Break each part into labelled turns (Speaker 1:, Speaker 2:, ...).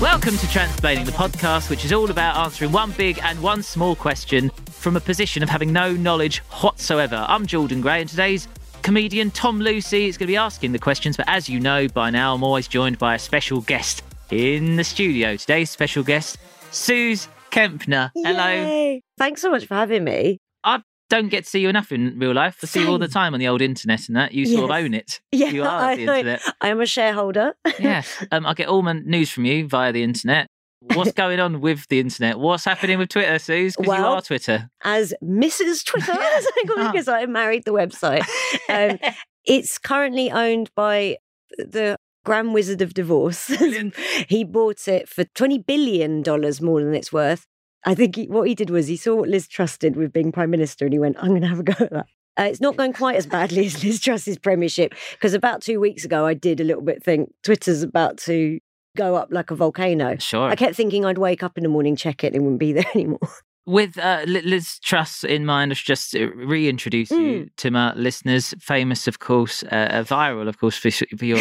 Speaker 1: Welcome to Transplaining, the podcast which is all about answering one big and one small question from a position of having no knowledge whatsoever. I'm Jordan Gray, and today's comedian Tom Lucy is going to be asking the questions. But as you know by now, I'm always joined by a special guest in the studio. Today's special guest, Suze Kempner. Hello.
Speaker 2: Yay. Thanks so much for having me.
Speaker 1: I don't get to see you enough in real life. I see you all the
Speaker 2: Same.
Speaker 1: time on the old internet and that. You sort of
Speaker 2: Yes.
Speaker 1: own it.
Speaker 2: Yeah,
Speaker 1: you are the internet.
Speaker 2: I am a shareholder.
Speaker 1: yes. Um, I get all my news from you via the internet. What's going on with the internet? What's happening with Twitter, Suze? Because you
Speaker 2: Well-
Speaker 1: are Twitter.
Speaker 2: as Mrs. Twitter, as I call it, because I married the website. Um, it's currently owned by the Grand Wizard of Divorce. he bought it for $20 billion more than it's worth. I think he, what he did was he saw what Liz Truss did with being Prime Minister and he went, I'm going to have a go at that. Uh, it's not going quite as badly as Liz Truss's premiership because about two weeks ago, I did a little bit think Twitter's about to go up like a volcano.
Speaker 1: Sure.
Speaker 2: I kept thinking I'd wake up in the morning, check it, and it wouldn't be there anymore.
Speaker 1: With uh, Li- Liz Truss in mind, I should just uh, reintroduce you to my listeners. Famous, of course, uh, uh, viral, of course, for, for your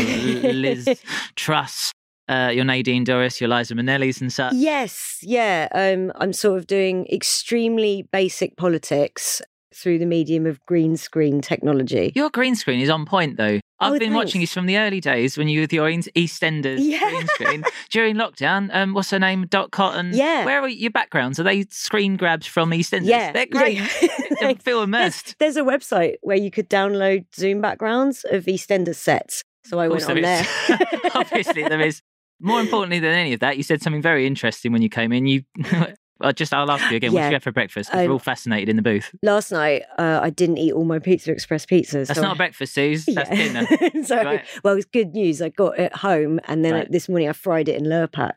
Speaker 1: Liz Truss, uh, your Nadine Doris, your Liza Minnelli's and such.
Speaker 2: Yes, yeah. Um, I'm sort of doing extremely basic politics through the medium of green screen technology.
Speaker 1: Your green screen is on point, though. I've
Speaker 2: Oh,
Speaker 1: been watching you
Speaker 2: thanks.
Speaker 1: from the early days when you were with your East- EastEnders
Speaker 2: Yeah.
Speaker 1: green screen during lockdown. Um, what's her name? Dot Cotton.
Speaker 2: Yeah.
Speaker 1: Where are your backgrounds? Are they screen grabs from EastEnders?
Speaker 2: Yeah,
Speaker 1: They're great.
Speaker 2: yeah.
Speaker 1: They feel immersed.
Speaker 2: There's, there's a website where you could download Zoom backgrounds of EastEnders sets. So I
Speaker 1: Of
Speaker 2: went
Speaker 1: course
Speaker 2: on
Speaker 1: there
Speaker 2: there.
Speaker 1: is. Obviously, there is. More importantly than any of that, you said something very interesting when you came in. You, I just I'll ask you again. What did
Speaker 2: Yeah.
Speaker 1: you have for breakfast? 'Cause
Speaker 2: Um,
Speaker 1: we're all fascinated in the booth.
Speaker 2: Last night, uh, I didn't eat all my Pizza Express pizzas.
Speaker 1: That's
Speaker 2: so
Speaker 1: not
Speaker 2: I-
Speaker 1: a breakfast, Suze. That's dinner.
Speaker 2: so,
Speaker 1: Right.
Speaker 2: well, it's good news. I got it home, and then
Speaker 1: Right.
Speaker 2: this morning I fried it in Lurpak.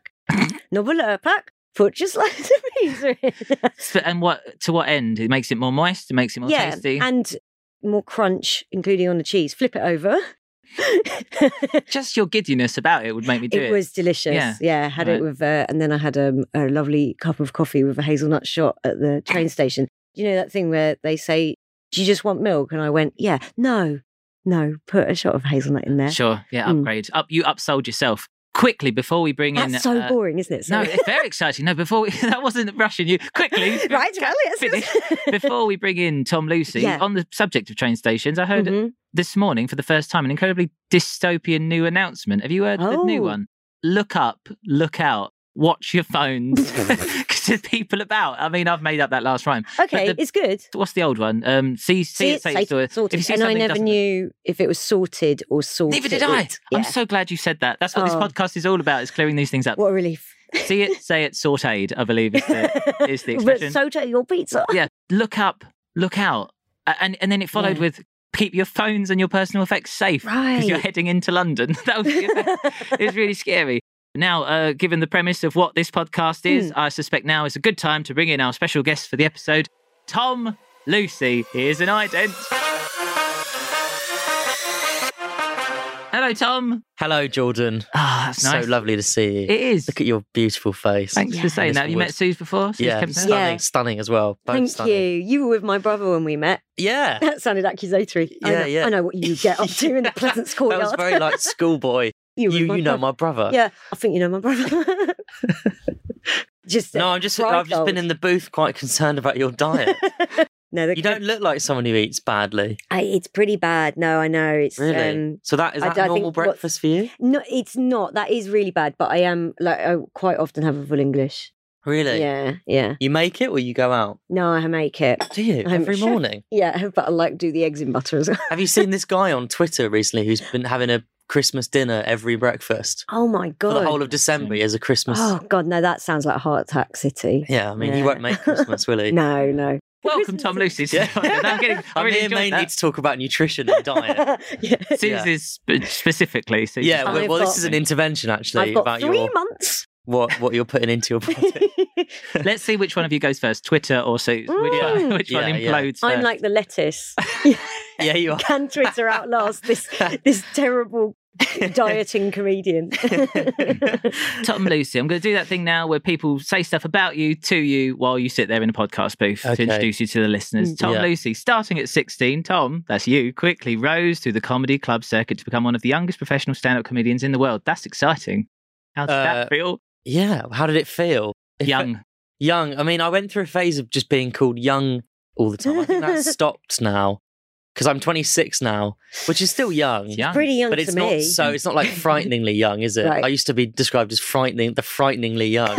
Speaker 2: Not a Lurpak. Put just slice of pizza in.
Speaker 1: So- and what to what end? It makes it more moist. It makes it more
Speaker 2: yeah,
Speaker 1: tasty.
Speaker 2: and more crunch, including on the cheese. Flip it over.
Speaker 1: just your giddiness about it would make me do
Speaker 2: it,
Speaker 1: it.
Speaker 2: was delicious.
Speaker 1: Yeah.
Speaker 2: Yeah, I had
Speaker 1: Right.
Speaker 2: it with, uh, and then I had um, a lovely cup of coffee with a hazelnut shot at the train station. You know that thing where they say, "Do you just want milk?" And I went, "Yeah, no, no, put a shot of hazelnut in there."
Speaker 1: Sure. Yeah.
Speaker 2: Mm.
Speaker 1: Upgrade. Up. You upsold yourself quickly before we bring in.
Speaker 2: That's so
Speaker 1: uh,
Speaker 2: boring, isn't it?
Speaker 1: No,
Speaker 2: Sorry.
Speaker 1: it's very exciting. No, before we, that wasn't rushing you quickly.
Speaker 2: right, well, yes,
Speaker 1: finish.
Speaker 2: yes.
Speaker 1: Before we bring in Tom Lucy
Speaker 2: Yeah.
Speaker 1: on the subject of train stations, I heard
Speaker 2: Mhm.
Speaker 1: this morning for the first time an incredibly dystopian new announcement. Have you heard the new
Speaker 2: Oh.
Speaker 1: one? Look up, look out, watch your phones because there's people about. I mean, I've made up that last rhyme.
Speaker 2: Okay,
Speaker 1: the-
Speaker 2: it's good.
Speaker 1: What's the old one? Um, see, see, it, say it, do it. If you
Speaker 2: sorted.
Speaker 1: see
Speaker 2: And I
Speaker 1: something
Speaker 2: never
Speaker 1: doesn't-
Speaker 2: knew if it was sorted or sorted.
Speaker 1: Neither did I.
Speaker 2: it. Yeah.
Speaker 1: I'm so glad you said that. That's what this
Speaker 2: Oh.
Speaker 1: podcast is all about. Is clearing these things up.
Speaker 2: what a relief.
Speaker 1: See it, say it, sauteed. I believe is the, is the
Speaker 2: but
Speaker 1: expression.
Speaker 2: so to your pizza.
Speaker 1: yeah, look up, look out, A- and and then it followed
Speaker 2: Yeah.
Speaker 1: with keep your phones and your personal effects safe because you're
Speaker 2: Right.
Speaker 1: heading into London. that was it was really scary. Now, uh, given the premise of what this podcast is,
Speaker 2: Hmm.
Speaker 1: I suspect now is a good time to bring in our special guest for the episode, Tom Lucy. Here's an ident. Hello, Tom.
Speaker 3: Hello, Jordan.
Speaker 1: Ah, that's
Speaker 3: So
Speaker 1: nice.
Speaker 3: lovely to see you.
Speaker 1: It is.
Speaker 3: Look at your beautiful face.
Speaker 1: Thanks for saying
Speaker 3: Miss
Speaker 1: that. Have you
Speaker 3: Wood.
Speaker 1: met Suze before? Suze
Speaker 3: Yeah,
Speaker 1: Kempner?
Speaker 3: stunning,
Speaker 2: Yeah.
Speaker 3: stunning as well. Both
Speaker 2: Thank you.
Speaker 3: stunning.
Speaker 2: You were with my brother when we met.
Speaker 3: Yeah.
Speaker 2: That sounded accusatory. I
Speaker 3: Yeah,
Speaker 2: know,
Speaker 3: yeah.
Speaker 2: I know what you get up to in the Pleasance
Speaker 3: That
Speaker 2: courtyard.
Speaker 3: was very like schoolboy.
Speaker 2: Oh, you,
Speaker 3: you,
Speaker 2: were with
Speaker 3: you
Speaker 2: brother.
Speaker 3: know my brother.
Speaker 2: Yeah, I think you know my brother. just uh,
Speaker 3: No, I'm just. I've just been in the booth quite concerned about your diet.
Speaker 2: No, the,
Speaker 3: you don't look like someone who eats badly.
Speaker 2: I, it's pretty bad. No, I know. It's
Speaker 3: Really.
Speaker 2: um,
Speaker 3: so that is
Speaker 2: I
Speaker 3: that
Speaker 2: don't think
Speaker 3: normal
Speaker 2: what-
Speaker 3: breakfast for you?
Speaker 2: no, it's not. That is really bad. But I am like I quite often have a full English.
Speaker 3: Really?
Speaker 2: Yeah, yeah.
Speaker 3: You make it or you go out?
Speaker 2: No, I make it.
Speaker 3: Do you?
Speaker 2: I'm
Speaker 3: Every
Speaker 2: sure.
Speaker 3: morning?
Speaker 2: Yeah, but I like do the eggs in butter as well.
Speaker 3: Have you seen this guy on Twitter recently who's been having a Christmas dinner every breakfast?
Speaker 2: Oh my
Speaker 3: For
Speaker 2: god!
Speaker 3: the whole of December as a Christmas.
Speaker 2: oh god, no, that sounds like heart attack city.
Speaker 3: Yeah, I mean, he
Speaker 2: Yeah.
Speaker 3: won't make Christmas, will he?
Speaker 2: No, no.
Speaker 1: Welcome, Tom Lucy. to
Speaker 3: Yeah.
Speaker 1: the podcast. I'm getting. I
Speaker 3: I'm
Speaker 1: really
Speaker 3: here
Speaker 1: enjoyed
Speaker 3: mainly
Speaker 1: that.
Speaker 3: to talk about nutrition and diet.
Speaker 2: Yeah.
Speaker 1: Susie's sp- specifically. Susie's
Speaker 3: yeah,
Speaker 2: I've
Speaker 3: well, well, this is
Speaker 1: got-
Speaker 3: an intervention actually
Speaker 2: I've got
Speaker 3: about
Speaker 2: three
Speaker 3: your
Speaker 2: months.
Speaker 3: what what you're putting into your body.
Speaker 1: Let's see which one of you goes first, Twitter or Suze. Which, one,
Speaker 2: Mm.
Speaker 1: which one
Speaker 3: Yeah, yeah.
Speaker 1: implodes
Speaker 2: I'm
Speaker 1: first?
Speaker 2: like the lettuce.
Speaker 3: yeah, you are.
Speaker 2: Can Twitter outlast this this terrible dieting comedian?
Speaker 1: Tom Lucy. I'm going to do that thing now where people say stuff about you to you while you sit there in a podcast booth to
Speaker 3: Okay. Mm.
Speaker 1: introduce you to the listeners. Tom
Speaker 3: Yeah.
Speaker 1: Lucy, starting at 16, Tom, that's you, quickly rose through the comedy club circuit to become one of the youngest professional stand up comedians in the world. That's exciting. How does
Speaker 3: Uh,
Speaker 1: that feel?
Speaker 3: Yeah, how did it feel? It fe-
Speaker 1: Young.
Speaker 3: young. I mean, I went through a phase of just being called young all the time. I think that's stopped now because I'm 26 now, which is still young.
Speaker 1: It's young.
Speaker 2: Pretty young
Speaker 3: Um, But
Speaker 2: to
Speaker 3: it's
Speaker 2: me.
Speaker 3: not so. It's not like frighteningly young, is it?
Speaker 2: Right.
Speaker 3: I used to be described as frightening, the frighteningly young.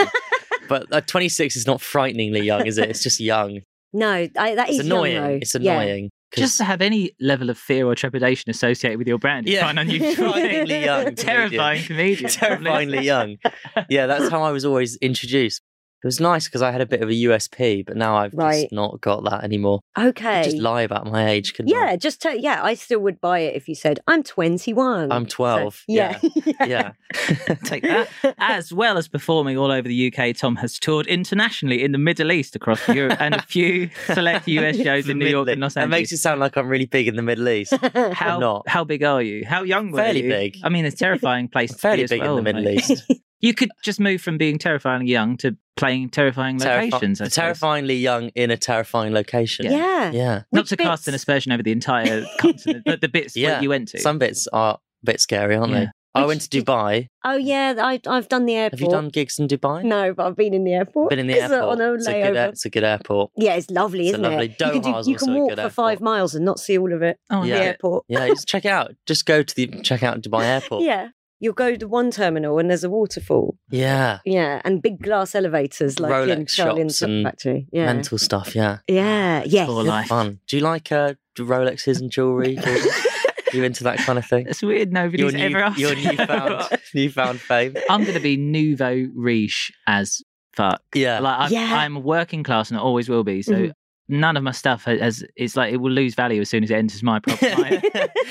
Speaker 3: but uh, 26 is not frighteningly young, is it? It's just young.
Speaker 2: no, I, that
Speaker 3: It's
Speaker 2: is
Speaker 3: annoying.
Speaker 2: Young, though.
Speaker 3: It's
Speaker 2: Yeah.
Speaker 3: annoying. 'cause-
Speaker 1: Just to have any level of fear or trepidation associated with your brand is
Speaker 3: yeah,
Speaker 1: quite an unusual. thing.
Speaker 3: frighteningly young, comedian.
Speaker 1: Terrifying comedian. Tom Lucy.
Speaker 3: terrifyingly young. Yeah, that's how I was always introduced. It was nice because I had a bit of a USP, but now I've
Speaker 2: Right.
Speaker 3: just not got that anymore.
Speaker 2: Okay.
Speaker 3: I could just lie about my age, couldn't I?
Speaker 2: yeah, just to, yeah, I still would buy it if you said I'm 21.
Speaker 3: I'm 12.
Speaker 2: yeah.
Speaker 3: Yeah.
Speaker 1: Take that. As well as performing all over the UK, Tom has toured internationally in the Middle East, across Europe, and a few select US shows
Speaker 3: The
Speaker 1: in New York
Speaker 3: Middle-
Speaker 1: and Los
Speaker 3: That makes
Speaker 1: Angeles.
Speaker 3: it sound like I'm really big in the Middle East.
Speaker 1: How
Speaker 3: not.
Speaker 1: how big are you? How young were
Speaker 3: Fairly
Speaker 1: you?
Speaker 3: big.
Speaker 1: I mean, it's a terrifying place. to be
Speaker 3: Fairly
Speaker 1: as
Speaker 3: big in
Speaker 1: well,
Speaker 3: the Middle
Speaker 1: mate.
Speaker 3: East.
Speaker 1: You could just move from being terrifyingly young to playing terrifying
Speaker 3: Terrifi-
Speaker 1: locations. I suppose.
Speaker 3: terrifyingly young in a terrifying location.
Speaker 2: yeah. yeah.
Speaker 3: Yeah.
Speaker 1: Not
Speaker 2: Which
Speaker 1: to cast an
Speaker 2: bits?
Speaker 1: aspersion over the entire continent, but the bits
Speaker 3: Yeah.
Speaker 1: that you went to.
Speaker 3: Some bits are a bit scary, aren't they?
Speaker 1: Yeah.
Speaker 3: I
Speaker 2: Which
Speaker 3: went to
Speaker 2: did-
Speaker 3: Dubai.
Speaker 2: Oh yeah, I, I've done the airport.
Speaker 3: Have you done gigs in Dubai?
Speaker 2: No, but I've been in the airport.
Speaker 3: Been in the
Speaker 2: 'cause, uh, on
Speaker 3: airport.
Speaker 2: a
Speaker 3: it's, a good,
Speaker 2: layover.
Speaker 3: it's a good airport.
Speaker 2: Yeah, it's lovely,
Speaker 3: It's
Speaker 2: isn't
Speaker 3: lovely.
Speaker 2: it? You can,
Speaker 3: Doha's
Speaker 2: you can
Speaker 3: also a
Speaker 2: walk for
Speaker 3: good
Speaker 2: five
Speaker 3: airport.
Speaker 2: miles and not see all of it.
Speaker 1: Oh,
Speaker 2: at
Speaker 3: Yeah.
Speaker 2: The airport.
Speaker 3: Yeah, just check it out. Just go to the check out Dubai Airport.
Speaker 2: Yeah. You'll go to one terminal and there's a waterfall.
Speaker 3: Yeah.
Speaker 2: Yeah. And big glass elevators like in
Speaker 3: Rolex
Speaker 2: Charlie and the
Speaker 3: shops
Speaker 2: Chocolate
Speaker 3: and
Speaker 2: Factory. Yeah.
Speaker 3: Mental stuff, yeah.
Speaker 2: Yeah. Yes.
Speaker 1: Poor life.
Speaker 3: Fun. Do you like uh, Rolexes and jewellery? Gordon? you into that kind of thing?
Speaker 1: It's weird. Nobody's
Speaker 3: Your, new,
Speaker 1: ever asked.
Speaker 3: your
Speaker 1: me that.
Speaker 3: newfound, newfound fame.
Speaker 1: I'm going to be nouveau riche as fuck.
Speaker 3: Yeah.
Speaker 1: Like I'm,
Speaker 2: Yeah.
Speaker 1: I'm working class and I always will be. So
Speaker 2: Mhm.
Speaker 1: none of my stuff ha- has. It's like it will lose value as soon as it enters my, prop- my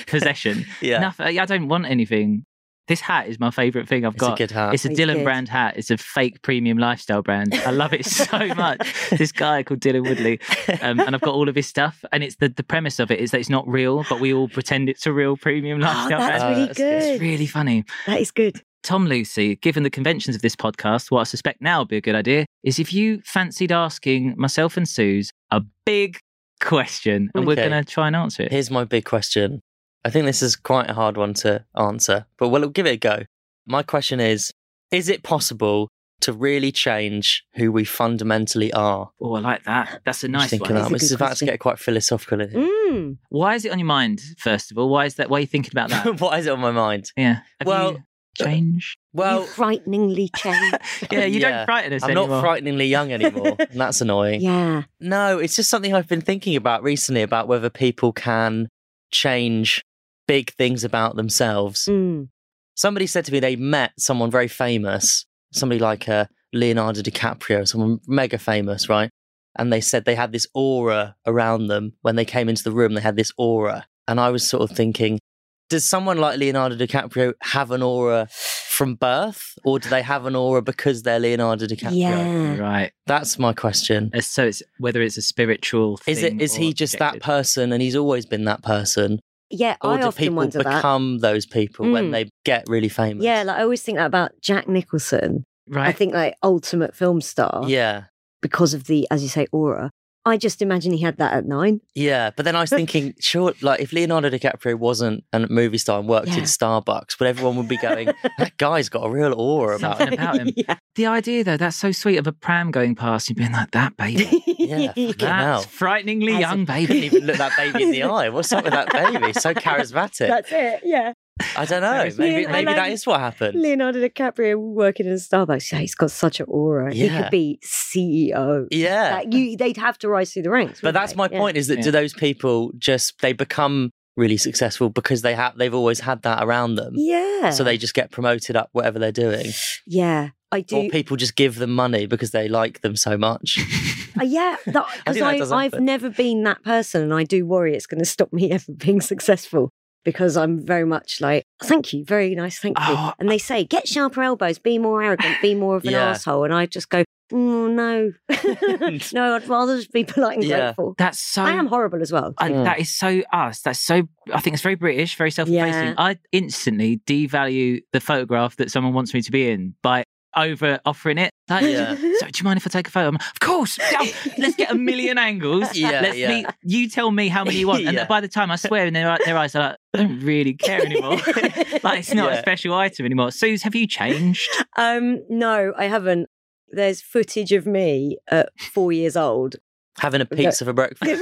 Speaker 1: possession.
Speaker 3: yeah.
Speaker 1: Nothing- I don't want anything. This hat is my favorite thing I've
Speaker 3: it's
Speaker 1: got.
Speaker 3: a good hat.
Speaker 1: It's a
Speaker 2: It's
Speaker 1: Dylan
Speaker 2: good.
Speaker 1: brand hat. It's a fake premium lifestyle brand. I love it so much. this guy called Dylan Woodley, um, and I've got all of his stuff. And it's the, the premise of it is that it's not real, but we all pretend it's a real premium
Speaker 2: Oh,
Speaker 1: lifestyle
Speaker 2: that's
Speaker 1: brand.
Speaker 3: Uh,
Speaker 2: really
Speaker 3: that's good.
Speaker 1: It's
Speaker 2: good.
Speaker 1: really funny.
Speaker 2: That is good.
Speaker 1: Tom Lucy, given the conventions of this podcast, what I suspect now would be a good idea is if you fancied asking myself and Suze a big question, and we're
Speaker 3: Okay.
Speaker 1: going to try and answer it.
Speaker 3: Here's my big question. I think this is quite a hard one to answer, but we'll give it a go. My question is Is it possible to really change who we fundamentally are?
Speaker 1: Oh, I like that. That's a nice
Speaker 3: Just
Speaker 1: one.
Speaker 3: thinking That.
Speaker 2: That's a
Speaker 3: This is
Speaker 2: good
Speaker 3: about to
Speaker 2: question.
Speaker 3: get quite philosophical. in here.
Speaker 2: Mm.
Speaker 1: Why is it on your mind, first of all? Why is that? Why are you thinking about that?
Speaker 3: what is it on my mind?
Speaker 1: yeah. Have
Speaker 3: Well, uh,
Speaker 1: you changed?
Speaker 2: you
Speaker 3: Well,
Speaker 2: frighteningly change.
Speaker 1: Yeah, you
Speaker 3: yeah.
Speaker 1: don't frighten us
Speaker 3: I'm
Speaker 1: anymore.
Speaker 3: not frighteningly young anymore, and that's annoying.
Speaker 2: yeah.
Speaker 3: No, it's just something I've been thinking about recently about whether people can change big things about themselves.
Speaker 2: Mm.
Speaker 3: Somebody said to me they met someone very famous, somebody like uh, Leonardo DiCaprio, someone mega famous, right? And they said they had this aura around them. When they came into the room, they had this aura. And I was sort of thinking, does someone like Leonardo DiCaprio have an aura from birth, or do they have an aura because they're Leonardo DiCaprio?
Speaker 2: Yeah.
Speaker 1: Right.
Speaker 3: That's my question.
Speaker 1: Uh, So it's whether it's a spiritual thing.
Speaker 3: Is it is
Speaker 1: or
Speaker 3: he just that
Speaker 1: objective.
Speaker 3: person and he's always been that person?
Speaker 2: Yeah.
Speaker 3: Or
Speaker 2: I
Speaker 3: do
Speaker 2: often
Speaker 3: people
Speaker 2: wonder that.
Speaker 3: become those people
Speaker 2: Mm.
Speaker 3: when they get really famous?
Speaker 2: Yeah, like I always think that about Jack Nicholson.
Speaker 1: Right.
Speaker 2: I think like ultimate film star
Speaker 3: yeah.
Speaker 2: because of the, as you say, aura. I just imagine he had that at nine.
Speaker 3: Yeah. But then I was thinking, sure, like if Leonardo DiCaprio wasn't a movie star and worked
Speaker 2: Yeah.
Speaker 3: in Starbucks, but everyone would be going, That guy's got a real aura about
Speaker 1: Something
Speaker 3: him.
Speaker 1: about him.
Speaker 2: yeah.
Speaker 1: The idea, though, that's so sweet of a pram going past and being like, that baby.
Speaker 3: Yeah, fucking
Speaker 1: That's
Speaker 3: hell.
Speaker 1: frighteningly
Speaker 3: As
Speaker 1: young
Speaker 3: Couldn't
Speaker 1: baby.
Speaker 3: even look that baby in the eye. What's up with that baby? So charismatic.
Speaker 2: That's it. Yeah.
Speaker 3: I don't know.
Speaker 1: There is-
Speaker 3: Maybe,
Speaker 2: Yeah, I
Speaker 3: maybe that
Speaker 2: like-
Speaker 3: is what happened.
Speaker 2: Leonardo DiCaprio working in a Starbucks. Yeah, he's got such an aura. He
Speaker 3: Yeah.
Speaker 2: could be CEO.
Speaker 3: Yeah.
Speaker 2: Like, you, they'd have to rise through the ranks.
Speaker 3: but
Speaker 2: wouldn't
Speaker 3: that's
Speaker 2: they?
Speaker 3: my
Speaker 2: Yeah.
Speaker 3: point is that
Speaker 1: Yeah.
Speaker 3: do those people just they become really successful because they have they've always had that around them.
Speaker 2: Yeah.
Speaker 3: So they just get promoted up whatever they're doing.
Speaker 2: Yeah, I do.
Speaker 3: Or people just give them money because they like them so much.
Speaker 2: Uh, yeah,
Speaker 3: I
Speaker 2: because
Speaker 3: think that does
Speaker 2: I've
Speaker 3: happen.
Speaker 2: never been that person, and I do worry it's going to stop me ever being successful because I'm very much like, thank you, very nice, thank you.
Speaker 1: Oh,
Speaker 2: and they say, get sharper elbows, be more arrogant, be more of an
Speaker 3: Yeah.
Speaker 2: asshole, and I just go, mm, no, no, I'd rather just be polite and
Speaker 3: Yeah. Um,
Speaker 2: grateful.
Speaker 1: That's so.
Speaker 2: I am horrible as well.
Speaker 1: I- that is so us. That's so. I think it's very British, very self-effacing.
Speaker 2: Yeah.
Speaker 1: I instantly devalue the photograph that someone wants me to be in by over offering it. Like,
Speaker 3: Yeah.
Speaker 1: so do you mind if I take a photo? I'm, of course. Oh, let's get a million angles.
Speaker 3: Yeah,
Speaker 1: Let's
Speaker 3: yeah.
Speaker 1: meet- you tell me how many you want, and
Speaker 3: Yeah.
Speaker 1: by the time I swear, in their their eyes are like, I don't really care anymore. like it's not a
Speaker 3: Yeah.
Speaker 1: special item anymore. Suze, have you changed?
Speaker 2: um, no, I haven't. There's footage of me at four years old
Speaker 3: Having a pizza for breakfast.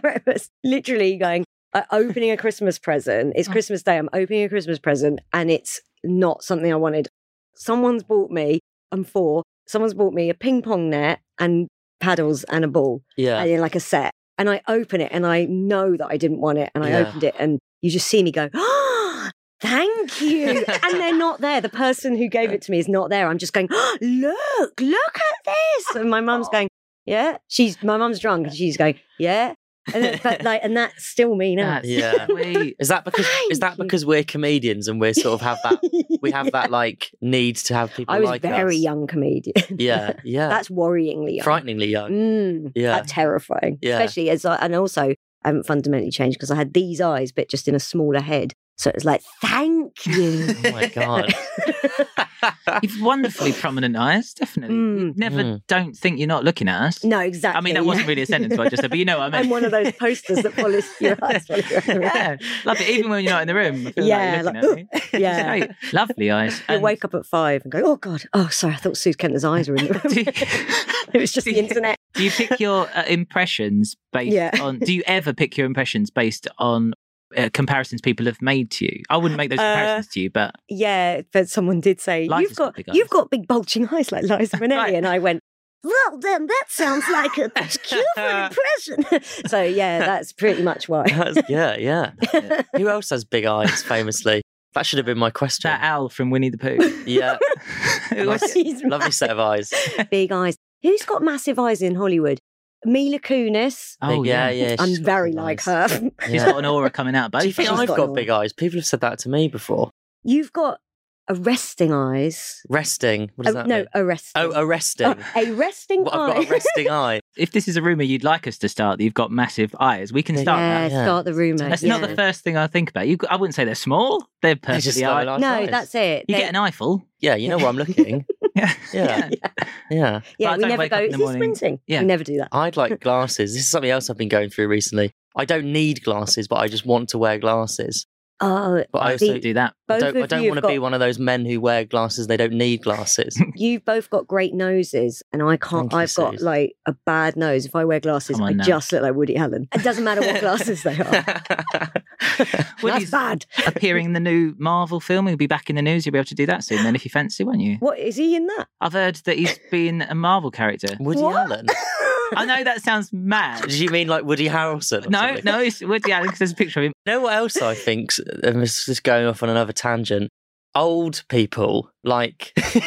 Speaker 2: breakfast. Literally going, uh, opening a Christmas present. It's Christmas Day. I'm opening a Christmas present and it's not something I wanted. Someone's bought me, I'm four, someone's bought me a ping pong net and paddles and a ball
Speaker 3: Yeah.
Speaker 2: and in like a set. And I open it and I know that I didn't want it. And I
Speaker 3: Yeah.
Speaker 2: opened it and you just see me go, oh, thank you. and they're not there. The person who gave it to me is not there. I'm just going, oh, look, look at this. And my mum's
Speaker 3: Oh.
Speaker 2: going, yeah. She's my mum's drunk and she's going, yeah. And, then- but like, and that's still me now.
Speaker 1: That's
Speaker 3: Yeah.
Speaker 1: sweet.
Speaker 3: Is that because is
Speaker 2: Thank
Speaker 3: that
Speaker 2: you.
Speaker 3: because we're comedians and we're sort of have that we have that like need to have people
Speaker 2: I was
Speaker 3: like
Speaker 2: very
Speaker 3: us?
Speaker 2: young comedian.
Speaker 3: Yeah, yeah.
Speaker 2: that's worryingly young.
Speaker 3: frighteningly young.
Speaker 2: Mm,
Speaker 3: Yeah.
Speaker 2: That's terrifying.
Speaker 3: Yeah.
Speaker 2: Especially as I, and also I haven't fundamentally changed because I had these eyes, but just in a smaller head. So it was like, thank you.
Speaker 3: Oh my god.
Speaker 1: You've wonderfully prominent eyes, definitely. You
Speaker 2: Mm.
Speaker 1: never
Speaker 3: Mm.
Speaker 1: don't think you're not looking at us.
Speaker 2: no, exactly.
Speaker 1: I mean, that wasn't really a sentence I just said, but you know what I mean.
Speaker 2: I'm one of those posters that follows your eyes. while you're in the room.
Speaker 1: yeah, love it. Even when you're not in the room, I feel
Speaker 2: Yeah,
Speaker 1: like you're
Speaker 2: like,
Speaker 1: looking at me.
Speaker 2: yeah.
Speaker 1: It's great. lovely eyes.
Speaker 2: You
Speaker 1: And
Speaker 2: wake up at five and go, oh God, oh, sorry, I thought Sue Kentner's eyes were in the
Speaker 1: do,
Speaker 2: room.
Speaker 1: you,
Speaker 2: it was just the
Speaker 1: do you-
Speaker 2: internet.
Speaker 1: do you pick your uh, impressions based
Speaker 2: Yeah.
Speaker 1: on? Do you ever pick your impressions based on uh, comparisons people have made to you? I wouldn't make those
Speaker 2: Uh,
Speaker 1: comparisons to you, but
Speaker 2: Yeah, but someone did say,
Speaker 1: Liza's
Speaker 2: you've
Speaker 1: got
Speaker 2: got,
Speaker 1: big eyes.
Speaker 2: you've got big bulging eyes like Liza Minnelli.
Speaker 1: Right.
Speaker 2: And I went, well, then that sounds like a cue for an impression. so yeah, that's pretty much why.
Speaker 3: That's- yeah, yeah. Who else has big eyes famously? That should have been my question.
Speaker 1: that owl from Winnie the Pooh.
Speaker 3: Yeah.
Speaker 1: It was-
Speaker 2: He's
Speaker 3: Lovely set of eyes.
Speaker 2: big eyes. Who's got massive eyes in Hollywood? Mila Kunis.
Speaker 1: oh
Speaker 3: Big- yeah,
Speaker 1: yeah,
Speaker 3: yeah. she's
Speaker 2: I'm
Speaker 3: got
Speaker 2: very
Speaker 3: big
Speaker 2: like
Speaker 3: eyes.
Speaker 2: her.
Speaker 1: She's
Speaker 3: Yeah.
Speaker 1: got an aura coming out. Both.
Speaker 3: Do you think
Speaker 1: of us.
Speaker 3: I've
Speaker 2: got
Speaker 3: got
Speaker 2: an
Speaker 3: big eyes? People have said that to me before.
Speaker 2: You've got arresting eyes.
Speaker 3: Resting. What does
Speaker 2: Oh,
Speaker 3: that
Speaker 2: no,
Speaker 3: mean?
Speaker 2: arresting.
Speaker 3: Oh, arresting.
Speaker 2: Oh, a resting
Speaker 3: What,
Speaker 2: eye.
Speaker 3: I've got a resting eye.
Speaker 1: if this is a rumor you'd like us to start, that you've got massive eyes. We can
Speaker 3: Yeah.
Speaker 1: start
Speaker 2: yeah,
Speaker 1: that.
Speaker 3: Yeah.
Speaker 2: start the rumor.
Speaker 1: That's
Speaker 2: yeah.
Speaker 1: not the first thing I think about. You, I wouldn't say they're small. They're
Speaker 3: They're just
Speaker 1: perfectly.
Speaker 3: got
Speaker 1: eye-
Speaker 3: nice
Speaker 2: No,
Speaker 3: eyes.
Speaker 2: that's it.
Speaker 1: You
Speaker 2: They-
Speaker 1: get an eyeful.
Speaker 3: Yeah, you know where I'm looking.
Speaker 1: Yeah.
Speaker 3: Yeah. yeah.
Speaker 1: but
Speaker 2: yeah,
Speaker 1: I don't
Speaker 2: we never
Speaker 1: wake up
Speaker 2: go.
Speaker 1: in the
Speaker 2: Is he
Speaker 1: morning."
Speaker 2: squinting?
Speaker 1: Yeah.
Speaker 2: We never do that.
Speaker 3: I'd like glasses. This is something else I've been going through recently. I don't need glasses, but I just want to wear glasses.
Speaker 2: Oh,
Speaker 3: But I
Speaker 1: I also
Speaker 3: also
Speaker 2: the-
Speaker 1: do that.
Speaker 3: I
Speaker 2: both
Speaker 3: don't,
Speaker 2: of
Speaker 3: I don't
Speaker 2: you
Speaker 3: want
Speaker 2: have
Speaker 3: to be
Speaker 2: got-
Speaker 3: one of those men who wear glasses. They don't need glasses.
Speaker 2: You've both got great noses, and I can't.
Speaker 3: Thank you,
Speaker 2: I've got
Speaker 3: Suze.
Speaker 2: like a bad nose. If I wear glasses,
Speaker 1: Come on
Speaker 2: I
Speaker 1: now.
Speaker 2: just look like Woody Allen. It doesn't matter what glasses they are.
Speaker 1: Woody's
Speaker 2: That's bad.
Speaker 1: appearing in the new Marvel film. He'll be back in the news. You'll be able to do that soon. Then, if you fancy, won't you?
Speaker 2: What is he in that?
Speaker 1: I've heard that he's been a Marvel character.
Speaker 3: Woody
Speaker 2: What?
Speaker 3: Allen.
Speaker 1: I know that sounds mad.
Speaker 3: Did you mean like Woody Harrelson? or
Speaker 1: No,
Speaker 3: something?
Speaker 1: no, it's Woody Allen because there's a picture of him.
Speaker 3: You know what else I think? This is going off on another tangent. Old people like.
Speaker 1: You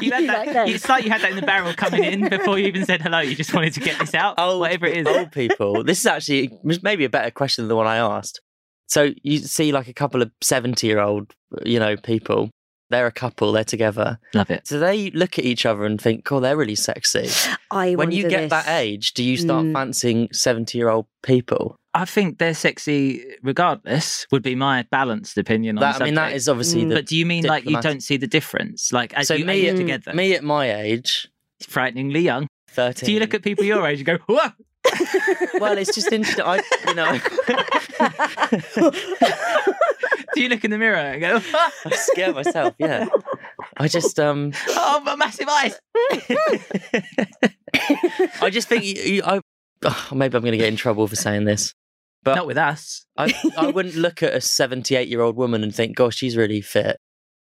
Speaker 2: You
Speaker 1: had
Speaker 2: like
Speaker 1: that.
Speaker 2: that?
Speaker 1: It's like you had that in the barrel coming in before you even said hello. You just wanted to get this out,
Speaker 3: Old
Speaker 1: whatever it is.
Speaker 3: old people. This is actually maybe a better question than the one I asked. So you see, like a couple of seventy-year-old, you know, people. They're a couple. They're together.
Speaker 1: Love it.
Speaker 3: So they look at each other and think, "Oh, they're really sexy."
Speaker 2: I
Speaker 3: when you
Speaker 2: wonder
Speaker 3: get that
Speaker 2: this.
Speaker 3: age, do you start
Speaker 2: Mm.
Speaker 3: fancying seventy-year-old people?
Speaker 1: I think they're sexy regardless. Would be my balanced opinion on
Speaker 3: That,
Speaker 1: the
Speaker 3: I mean, that
Speaker 1: subject.
Speaker 3: is obviously
Speaker 2: Mm.
Speaker 3: the.
Speaker 1: But do you mean like you
Speaker 3: diplomatic.
Speaker 1: don't see the difference? Like as
Speaker 3: So
Speaker 1: you
Speaker 3: me
Speaker 1: age
Speaker 2: and-
Speaker 1: together,
Speaker 3: me at my age,
Speaker 1: frighteningly young.
Speaker 3: thirteen.
Speaker 1: Do you look at people your age and go, "Whoa"?
Speaker 3: Well, it's just interesting. I, you know,
Speaker 1: Do you look in the mirror and go, "Ah,
Speaker 3: I scare myself. Yeah, I just, um,
Speaker 1: "Oh, my massive eyes"?
Speaker 3: I just think you, you, I. oh, maybe I'm going to get in trouble for saying this. But
Speaker 1: Not with us.
Speaker 3: I, I wouldn't look at a 78 year old woman and think, gosh, she's really fit.
Speaker 1: Have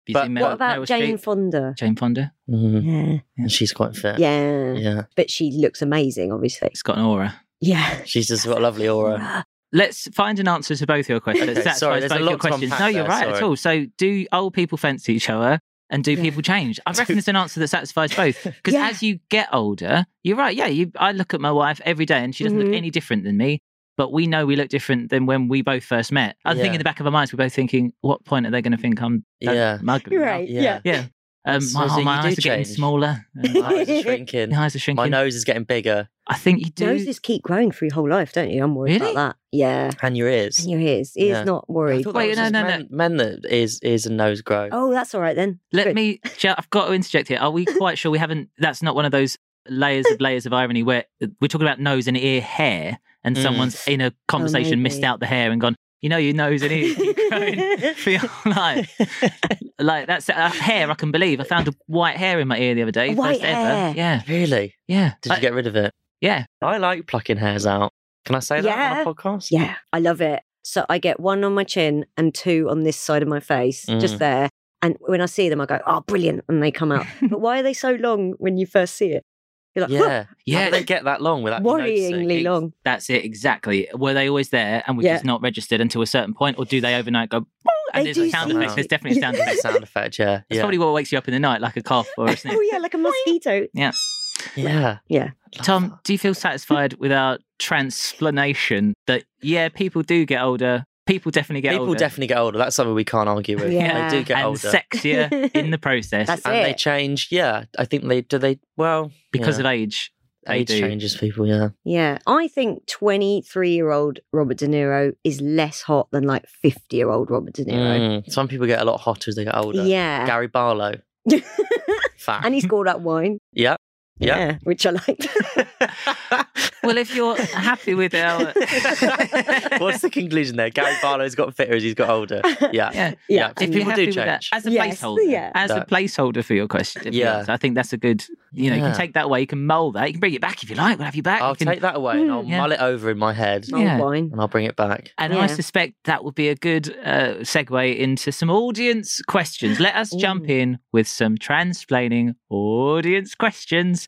Speaker 1: you
Speaker 3: But
Speaker 1: seen Meryl-
Speaker 3: what
Speaker 2: What about
Speaker 1: Meryl
Speaker 2: Jane
Speaker 1: Streep?
Speaker 2: Fonda?
Speaker 1: Jane Fonda.
Speaker 3: Mhm.
Speaker 2: Yeah.
Speaker 3: And she's quite fit.
Speaker 2: yeah.
Speaker 3: Yeah.
Speaker 2: But she looks amazing, obviously.
Speaker 1: It's got an aura.
Speaker 2: Yeah.
Speaker 3: She's just got a lovely aura.
Speaker 1: Let's find an answer to both your questions.
Speaker 3: Okay,
Speaker 1: that satisfies
Speaker 3: sorry, there's a
Speaker 1: both
Speaker 3: lot
Speaker 1: your
Speaker 3: to
Speaker 1: questions.
Speaker 3: unpack
Speaker 1: No, you're
Speaker 3: there,
Speaker 1: right at
Speaker 3: sorry.
Speaker 1: all. So, do old people fancy each other, and do
Speaker 2: Yeah.
Speaker 1: people change? I reckon it's an answer that satisfies both. Because
Speaker 2: Yeah.
Speaker 1: as you get older, you're right. Yeah, you, I look at my wife every day, and she doesn't
Speaker 2: Mhm.
Speaker 1: look any different than me. But we know we look different than when we both first met. I think
Speaker 3: Yeah.
Speaker 1: in the back of our minds, we're both thinking, "What point are they going to think I'm that
Speaker 3: Yeah.
Speaker 1: mug?"
Speaker 2: You're
Speaker 1: now?"
Speaker 2: right.
Speaker 3: Yeah.
Speaker 2: Yeah.
Speaker 1: Yeah. Um,
Speaker 3: So-
Speaker 1: my
Speaker 3: so
Speaker 1: my
Speaker 3: you do
Speaker 1: eyes are getting
Speaker 3: change.
Speaker 1: smaller. and
Speaker 3: My eyes are shrinking.
Speaker 1: My eyes are
Speaker 3: My
Speaker 1: shrinking.
Speaker 3: nose is getting bigger.
Speaker 1: I think you do.
Speaker 2: Noses keep growing through your whole life, don't you? I'm worried
Speaker 1: Really?
Speaker 2: about that. Yeah.
Speaker 3: And your ears.
Speaker 2: And your ears. Ears
Speaker 3: Yeah.
Speaker 2: not
Speaker 3: I
Speaker 2: worried.
Speaker 3: thought that
Speaker 1: Wait,
Speaker 3: was
Speaker 1: no,
Speaker 3: just
Speaker 1: no, no.
Speaker 3: men, men that ears, ears and nose grow.
Speaker 2: Oh, that's all right then.
Speaker 1: Let
Speaker 2: Good.
Speaker 1: me. Shall- I've got to interject here. Are we quite sure we haven't? That's not one of those layers of layers of irony where uh, we're talking about nose and ear hair, and
Speaker 3: Mm.
Speaker 1: someone's in a conversation missed
Speaker 2: Oh, maybe.
Speaker 1: out the hair and gone. You know, your nose and ears keep growing for your whole
Speaker 2: Oh.
Speaker 1: life. like that's uh, hair. I can believe. I found a white hair in my ear the other day.
Speaker 2: White
Speaker 1: first ever.
Speaker 2: hair.
Speaker 1: Yeah,
Speaker 3: Really?
Speaker 1: yeah.
Speaker 3: Did you
Speaker 1: I-
Speaker 3: get rid of it?
Speaker 1: yeah.
Speaker 3: I like plucking hairs out. Can I say that
Speaker 2: Yeah.
Speaker 3: on a podcast?
Speaker 2: Yeah, I love it. So I get one on my chin and two on this side of my face,
Speaker 1: Mm.
Speaker 2: just there. And when I see them, I go, oh, brilliant. And they come out. but why are they so long when you first see it? You're like,
Speaker 3: Yeah. How
Speaker 1: Yeah,
Speaker 3: do they get that long without you
Speaker 1: uh,
Speaker 3: noticing?
Speaker 2: worryingly long.
Speaker 1: that's it exactly. Were they always there and we're
Speaker 2: Yeah.
Speaker 1: just not registered until a certain point, or do they overnight go? "Boom," And
Speaker 2: Oh, They
Speaker 1: there's a
Speaker 2: do
Speaker 1: sound
Speaker 3: seem
Speaker 1: effect.
Speaker 3: to-
Speaker 1: There's definitely a sound
Speaker 3: Big
Speaker 1: effect.
Speaker 3: sound effect, yeah.
Speaker 1: That's
Speaker 3: Yeah.
Speaker 1: probably what wakes you up in the night, like a cough or a sniff.
Speaker 2: Oh, yeah, like a mosquito.
Speaker 1: Yeah.
Speaker 3: Yeah.
Speaker 2: Yeah.
Speaker 3: Love
Speaker 1: Tom, do you feel satisfied with our transplanation that yeah, people do get older. People definitely
Speaker 3: that.
Speaker 1: get
Speaker 3: People
Speaker 1: older.
Speaker 3: definitely get older. That's something we can't argue with.
Speaker 2: Yeah.
Speaker 3: They do get
Speaker 1: and
Speaker 3: older.
Speaker 1: sexier in the process
Speaker 2: That's
Speaker 3: and
Speaker 2: it.
Speaker 3: they change. Yeah. I think they do they well
Speaker 1: because of
Speaker 3: yeah.
Speaker 1: age. they
Speaker 3: age
Speaker 1: do.
Speaker 3: changes people, yeah.
Speaker 2: Yeah. I think 23 year old Robert De Niro is less hot than like 50 year old Robert De Niro.
Speaker 3: Mm. Some people get a lot hotter as they get older.
Speaker 2: Yeah.
Speaker 3: Gary Barlow. Fact.
Speaker 2: and he's called out wine.
Speaker 3: yeah. Yeah.
Speaker 2: Which I liked.
Speaker 1: Well, if you're happy with our
Speaker 3: What's the conclusion there? Gary Barlow's got fitter as he's got older. Yeah.
Speaker 1: yeah.
Speaker 3: Yeah.
Speaker 1: If
Speaker 3: So
Speaker 1: you're
Speaker 3: people
Speaker 1: happy
Speaker 3: do
Speaker 1: with that,
Speaker 3: change.
Speaker 1: as a
Speaker 2: Yes,
Speaker 1: placeholder,
Speaker 2: yeah.
Speaker 1: as a
Speaker 3: That-
Speaker 1: placeholder for your question. to be
Speaker 3: Yeah.
Speaker 1: honest. I think that's a good. You know, you
Speaker 3: Yeah.
Speaker 1: can take that away. You can mull that. You can bring it back if you like. We'll have you back.
Speaker 3: I'll
Speaker 1: you can,
Speaker 3: take that away and I'll
Speaker 2: Mm.
Speaker 1: Yeah.
Speaker 3: mull it over in my head
Speaker 2: Mull
Speaker 1: Yeah.
Speaker 2: wine.
Speaker 3: and I'll bring it back.
Speaker 1: And I
Speaker 2: Yeah.
Speaker 1: suspect that would be a good uh, segue into some audience questions. Let us jump
Speaker 2: Ooh.
Speaker 1: in with some transplaining audience questions.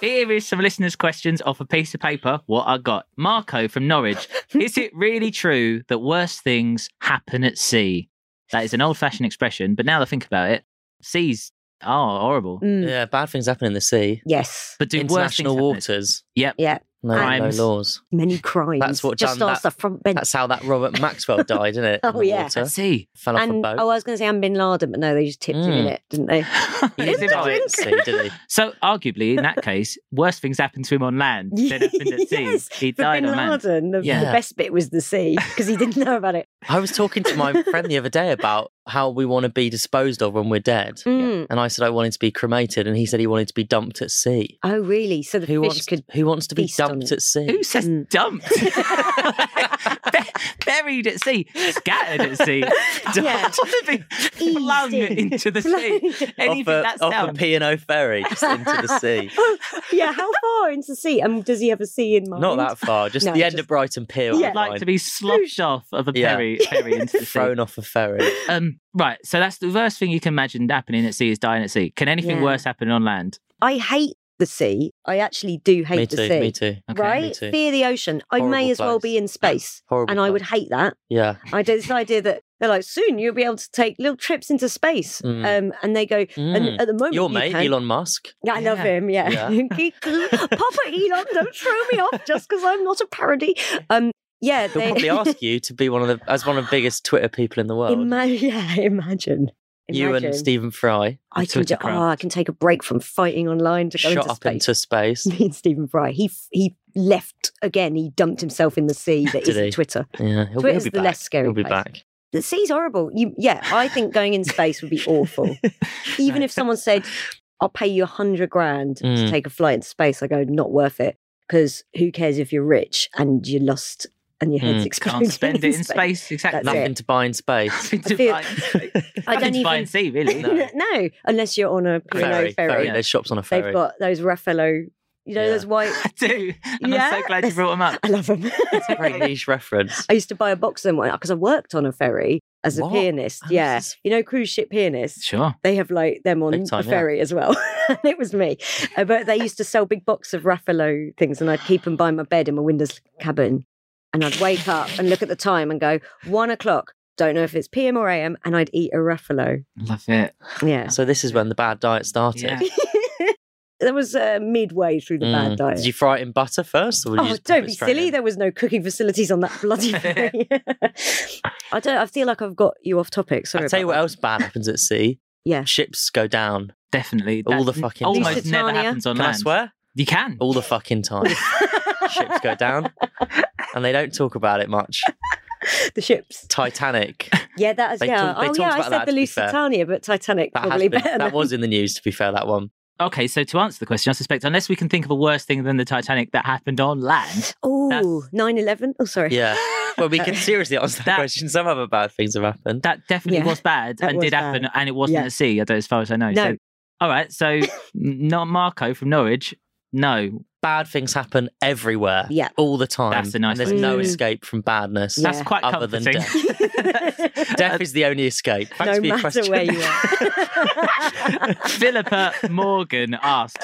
Speaker 1: Here is some listeners' questions off a piece of paper. What I got. Marco from Norwich. is it really true that worse things happen at sea? That is an old fashioned expression, but now that I think about it, seas are horrible.
Speaker 2: Mm.
Speaker 3: Yeah, bad things happen in the sea.
Speaker 2: Yes.
Speaker 1: But do worse things
Speaker 3: International
Speaker 1: happen at sea?
Speaker 3: waters.
Speaker 1: Yep.
Speaker 2: Yeah.
Speaker 3: No, no
Speaker 1: Crimes.
Speaker 3: laws.
Speaker 2: Many crimes.
Speaker 3: That's what
Speaker 2: Just
Speaker 3: done
Speaker 2: asked
Speaker 3: that-
Speaker 2: the front bench.
Speaker 3: That's how that Robert Maxwell died, isn't it? In
Speaker 2: Oh,
Speaker 3: the
Speaker 2: yeah.
Speaker 3: water.
Speaker 1: At sea.
Speaker 3: Fell off a
Speaker 2: and
Speaker 3: boat.
Speaker 2: oh, I was going to say, and Bin Laden, but no, they just tipped him in
Speaker 3: Mm.
Speaker 2: it, didn't they?
Speaker 3: he didn't die at sea, did he?
Speaker 1: So, arguably, in that case, worse things happened to him on land than happened at sea.
Speaker 2: Yes,
Speaker 1: he
Speaker 2: For
Speaker 1: died
Speaker 2: Bin
Speaker 1: on land.
Speaker 2: Laden, the, the
Speaker 3: Yeah.
Speaker 2: best bit was the sea because he didn't know about it.
Speaker 3: I was talking to my friend the other day about how we want to be disposed of when we're dead.
Speaker 2: Mm.
Speaker 3: And I said I wanted to be cremated, and he said he wanted to be dumped at sea.
Speaker 2: Oh, really? So the
Speaker 3: Who
Speaker 2: fish
Speaker 3: wants
Speaker 2: could.
Speaker 3: who wants to be
Speaker 2: feast on
Speaker 3: dumped
Speaker 2: it.
Speaker 3: at sea?
Speaker 1: Who says
Speaker 2: Mm.
Speaker 1: dumped? Be- buried at sea, scattered at sea.
Speaker 2: Yeah.
Speaker 1: Dumped. flung
Speaker 2: in.
Speaker 1: into the sea. Anything
Speaker 3: off a,
Speaker 1: that's
Speaker 3: off a
Speaker 1: down.
Speaker 3: P&O ferry just into the sea.
Speaker 2: yeah, how far into the sea? Um, does he have a sea in mind?
Speaker 3: Not that far, just
Speaker 2: No,
Speaker 3: the end
Speaker 2: just-
Speaker 3: of Brighton Pier. I
Speaker 2: Yeah.
Speaker 1: I'd
Speaker 3: would
Speaker 1: like
Speaker 3: find.
Speaker 1: to be sloshed off of a
Speaker 3: Yeah.
Speaker 1: ferry, ferry into the sea.
Speaker 3: thrown off a ferry.
Speaker 1: Um, right, so that's the worst thing you can imagine happening at sea is dying at sea. Can anything
Speaker 2: Yeah.
Speaker 1: worse happen on land?
Speaker 2: I hate the sea. I actually do hate
Speaker 3: me
Speaker 2: the
Speaker 3: too.
Speaker 2: sea.
Speaker 3: Me too.
Speaker 1: Okay,
Speaker 2: right?
Speaker 3: me too.
Speaker 2: Fear the ocean. I may
Speaker 3: Horrible
Speaker 2: as well
Speaker 3: place.
Speaker 2: be in space.
Speaker 3: Horrible.
Speaker 2: And I would
Speaker 3: place.
Speaker 2: hate that.
Speaker 3: Yeah.
Speaker 2: I did this idea that they're like, soon you'll be able to take little trips into space.
Speaker 3: Mm.
Speaker 2: Um, and they go,
Speaker 3: Mm.
Speaker 2: and at the moment,
Speaker 3: Your
Speaker 2: you
Speaker 3: mate,
Speaker 2: can-
Speaker 3: Elon Musk.
Speaker 2: Yeah, I love
Speaker 1: Yeah.
Speaker 2: him. Yeah, Papa Elon, don't throw me off just because I'm not a parody. Um, yeah,
Speaker 3: He'll
Speaker 2: they
Speaker 3: probably ask you to be one of the as one of the biggest Twitter people in the world.
Speaker 2: Ima- yeah, imagine.
Speaker 3: you and
Speaker 2: Imagine.
Speaker 3: Stephen Fry
Speaker 2: I
Speaker 1: the
Speaker 2: can,
Speaker 1: Twitter
Speaker 2: ju- oh, I can take a break from fighting online to go
Speaker 3: shot
Speaker 2: into
Speaker 3: up
Speaker 2: space.
Speaker 3: into space.
Speaker 2: Me and Stephen Fry. He f- he left again. He dumped himself in the sea that
Speaker 3: Did
Speaker 2: isn't
Speaker 3: he?
Speaker 2: Twitter.
Speaker 3: Yeah, he'll, he'll
Speaker 2: Twitter's
Speaker 3: be
Speaker 2: the
Speaker 3: back.
Speaker 2: less scary
Speaker 3: He'll be
Speaker 2: place.
Speaker 3: back.
Speaker 2: The sea's horrible. You, yeah, I think going in space would be awful. Even if someone said, "I'll pay you a hundred grand to
Speaker 3: Mm.
Speaker 2: take a flight in space," I go, "Not worth it." Because who cares if you're rich and you're lost and your head's
Speaker 3: Mm.
Speaker 2: exploding?
Speaker 1: Can't spend it in space. Exactly.
Speaker 2: That's
Speaker 3: Nothing to buy in space.
Speaker 1: Nothing to
Speaker 2: I feel-
Speaker 1: buy in space.
Speaker 2: I
Speaker 1: Nothing
Speaker 2: don't
Speaker 1: to buy in
Speaker 2: even.
Speaker 1: sea, really.
Speaker 2: No. unless you're on a P&O ferry.
Speaker 3: ferry, ferry.
Speaker 1: Yeah.
Speaker 3: There's shops on a ferry.
Speaker 2: They've got those Raffaello, you know,
Speaker 3: Yeah.
Speaker 2: those white.
Speaker 1: I do. And I'm
Speaker 2: Yeah.
Speaker 1: so glad you brought them up.
Speaker 2: I love them.
Speaker 3: a very niche reference.
Speaker 2: I used to buy a box of them because I worked on a ferry as a
Speaker 3: What?
Speaker 2: pianist.
Speaker 3: Oh, this
Speaker 2: yeah,
Speaker 3: is-
Speaker 2: you know, cruise ship pianists.
Speaker 1: Sure.
Speaker 2: They have like them on
Speaker 3: Big time,
Speaker 2: a
Speaker 3: yeah.
Speaker 2: ferry as well. And it was me, Uh, but they used to sell big box of Raffaello things, and I'd keep them by my bed in my windows cabin, and I'd wake up and look at the time and go one o'clock. Don't know if it's PM or AM, and I'd eat a Raffaello.
Speaker 1: Love it.
Speaker 2: Yeah,
Speaker 3: So this is when the bad diet started.
Speaker 1: Yeah.
Speaker 2: that was uh, midway through the
Speaker 3: Mm.
Speaker 2: bad diet.
Speaker 3: Did you fry it in butter first, or did you
Speaker 2: Oh,
Speaker 3: just pop
Speaker 2: don't
Speaker 3: it
Speaker 2: be
Speaker 3: straight
Speaker 2: silly.
Speaker 3: in?
Speaker 2: There was no cooking facilities on that bloody ferry. I don't. I feel like I've got you off topic. Sorry.
Speaker 3: I'll tell
Speaker 2: about
Speaker 3: you what
Speaker 2: that.
Speaker 3: else bad happens at sea.
Speaker 2: Yeah.
Speaker 3: Ships go down.
Speaker 1: Definitely.
Speaker 3: All
Speaker 1: That
Speaker 3: the fucking
Speaker 1: almost
Speaker 2: time.
Speaker 1: never
Speaker 2: Lusitania.
Speaker 1: happens on
Speaker 3: Can I
Speaker 1: land.
Speaker 3: swear?
Speaker 1: You can.
Speaker 3: All the fucking time. Ships go down. And they don't talk about it much.
Speaker 2: the ships.
Speaker 3: Titanic.
Speaker 2: Yeah, that is.
Speaker 3: They
Speaker 2: yeah.
Speaker 3: talk- they
Speaker 2: oh,
Speaker 3: talked
Speaker 2: yeah. I
Speaker 3: about
Speaker 2: said
Speaker 3: that,
Speaker 2: the
Speaker 3: to be fair.
Speaker 2: Lusitania, but Titanic
Speaker 3: That, has
Speaker 2: probably
Speaker 3: been,
Speaker 2: better.
Speaker 3: that
Speaker 2: than-
Speaker 3: was in the news, to be fair, that one.
Speaker 1: Okay, so to answer the question, I suspect unless we can think of a worse thing than the Titanic that happened on land,
Speaker 2: Oh,
Speaker 1: that's-
Speaker 2: 9-11. Oh, sorry.
Speaker 3: Yeah. Well, we can seriously answer that,
Speaker 1: That-
Speaker 3: question. Some other bad things have happened.
Speaker 1: that definitely
Speaker 2: Yeah,
Speaker 1: was bad
Speaker 2: that
Speaker 1: and
Speaker 2: was
Speaker 1: did happen,
Speaker 2: bad.
Speaker 1: and it wasn't
Speaker 2: Yeah.
Speaker 1: at sea, I don't, as far as I know.
Speaker 2: No.
Speaker 1: So, all right, so not Marco from Norwich. No,
Speaker 3: Bad things happen everywhere.
Speaker 2: Yeah.
Speaker 3: All the time.
Speaker 1: That's a nice
Speaker 3: and there's
Speaker 1: way to
Speaker 3: no
Speaker 2: put it.
Speaker 3: escape from badness.
Speaker 2: Mm. Yeah.
Speaker 1: that's quite
Speaker 3: Other than
Speaker 1: comforting.
Speaker 3: Death is the only escape. Thanks
Speaker 2: no
Speaker 3: for your
Speaker 2: matter
Speaker 3: question.
Speaker 2: where you are.
Speaker 1: Philippa Morgan asks,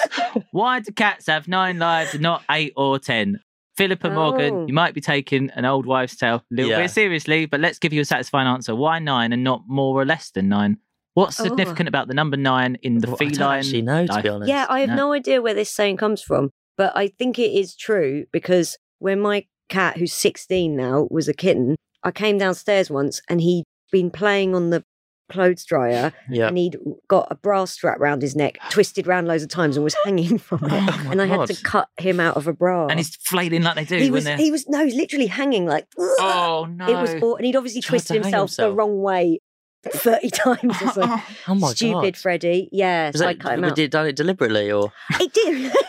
Speaker 1: "Why do cats have nine lives and not eight or ten? Philippa
Speaker 2: Oh.
Speaker 1: Morgan, you might be taking an old wives' tale a little
Speaker 3: Yeah.
Speaker 1: bit seriously, but let's give you a satisfying answer. Why nine and not more or less than nine? What's
Speaker 2: Oh.
Speaker 1: significant about the number nine in the
Speaker 3: Well, I don't
Speaker 1: feline?
Speaker 3: actually know, to
Speaker 1: life?
Speaker 3: be honest.
Speaker 2: Yeah, I have
Speaker 1: No.
Speaker 2: no. idea where this saying comes from, but I think it is true because when my cat, who's 16 now, was a kitten, I came downstairs once and he'd been playing on the clothes dryer
Speaker 3: Yeah.
Speaker 2: and he'd got a brass strap round his neck, twisted round loads of times and was hanging from it.
Speaker 3: Oh my
Speaker 2: and I had
Speaker 3: God.
Speaker 2: to cut him out of a bra.
Speaker 1: And he's flailing like they do
Speaker 2: he
Speaker 1: when
Speaker 2: was,
Speaker 1: they're.
Speaker 2: he was, no, he's literally hanging like,
Speaker 1: oh no!
Speaker 2: it was, aw- and he'd obviously
Speaker 3: Tried to
Speaker 2: twisted
Speaker 3: hang
Speaker 2: himself, the
Speaker 3: himself.
Speaker 2: wrong way 30 times or something.
Speaker 3: Oh my
Speaker 2: Stupid
Speaker 3: god.
Speaker 2: Freddy. Yeah,
Speaker 3: Was
Speaker 2: so I
Speaker 3: that,
Speaker 2: cut him
Speaker 3: would
Speaker 2: out.
Speaker 3: you have done it deliberately or
Speaker 2: I do.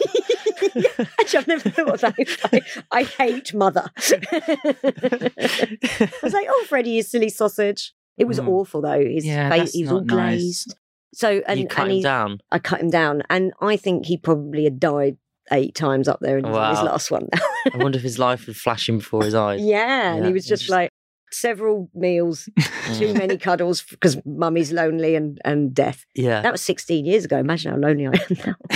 Speaker 2: Actually, I've never thought of that. I, I hate mother. I was like, oh, Freddie, you silly sausage. It was
Speaker 1: Mm.
Speaker 2: awful though. His
Speaker 1: Yeah,
Speaker 2: face,
Speaker 1: that's
Speaker 2: he was all
Speaker 1: not nice.
Speaker 2: glazed. So and,
Speaker 3: you cut
Speaker 2: and
Speaker 3: him
Speaker 2: he,
Speaker 3: down?
Speaker 2: I cut him down, and I think he probably had died eight times up there, and this is his
Speaker 3: Wow.
Speaker 2: last one now.
Speaker 3: I wonder if his life would flash him before his eyes.
Speaker 2: yeah, and
Speaker 3: Yeah,
Speaker 2: he was just
Speaker 3: interesting.
Speaker 2: like several meals, too
Speaker 3: Mm.
Speaker 2: many cuddles because mummy's lonely and and death.
Speaker 3: yeah.
Speaker 2: That was sixteen years ago. Imagine how lonely I am now.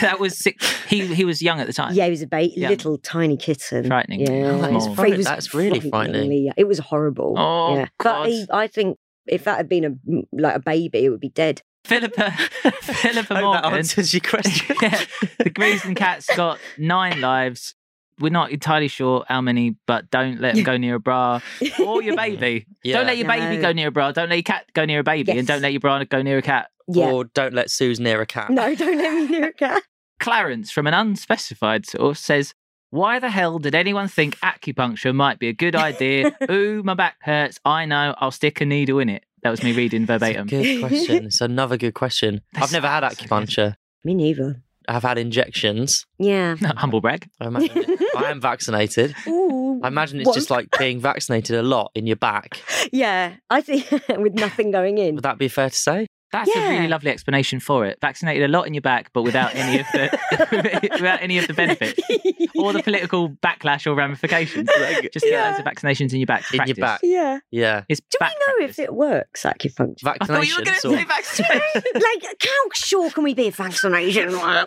Speaker 1: that was sick. He he was young at the time.
Speaker 2: Yeah, he was a ba-
Speaker 1: Yeah.
Speaker 2: little tiny kitten.
Speaker 1: Frightening.
Speaker 2: Yeah,
Speaker 1: Oh, that's
Speaker 2: it was fri- it
Speaker 3: frightening.
Speaker 2: was
Speaker 3: That's really frightening.
Speaker 2: frighteningly- It was horrible.
Speaker 1: Oh,
Speaker 2: yeah.
Speaker 1: God.
Speaker 2: But he, I think if that had been a like a baby, it would be dead.
Speaker 1: Philippa Philippa
Speaker 3: I hope that
Speaker 1: Morgan.
Speaker 3: answers your question.
Speaker 1: yeah, the Griezmann cat's got nine lives. We're not entirely sure how many, but don't let them go near a bra or your baby.
Speaker 3: Yeah.
Speaker 1: Don't let your baby
Speaker 2: No.
Speaker 1: go near a bra. Don't let your cat go near a baby, and
Speaker 2: Yes.
Speaker 1: don't let your bra go near a cat.
Speaker 2: Yeah.
Speaker 3: Or don't let Sue's near a cat.
Speaker 2: no, don't let me near a cat.
Speaker 1: Clarence from an unspecified source says, Why the hell did anyone think acupuncture might be a good idea? Ooh, my back hurts. I know. I'll stick a needle in it. That was me reading verbatim.
Speaker 3: Good question. It's another good question.
Speaker 1: That's-
Speaker 3: I've never had
Speaker 1: that's so good.
Speaker 3: acupuncture.
Speaker 2: Me neither.
Speaker 3: I've had injections.
Speaker 2: Yeah.
Speaker 1: Humble brag.
Speaker 3: I imagine I am vaccinated.
Speaker 2: Ooh.
Speaker 3: I imagine it's
Speaker 2: What?
Speaker 3: just like being vaccinated a lot in your back.
Speaker 2: Yeah. I think with nothing going in.
Speaker 3: Would that be fair to say?
Speaker 1: That's a really
Speaker 2: Yeah.
Speaker 1: lovely explanation for it. Vaccinated a lot in your back, but without any of the without any of the benefits or the political backlash or ramifications. Just get
Speaker 2: Yeah.
Speaker 1: loads of vaccinations in your back. To
Speaker 3: In your
Speaker 1: practice.
Speaker 3: back.
Speaker 2: Yeah.
Speaker 3: Yeah.
Speaker 1: It's
Speaker 2: Do
Speaker 1: back
Speaker 2: we know
Speaker 1: practice.
Speaker 2: if it works, acupuncture?
Speaker 1: I thought you were going
Speaker 3: Vaccinations.
Speaker 1: to
Speaker 3: or-
Speaker 1: say vaccination.
Speaker 2: like, how sure can we be of vaccination? Was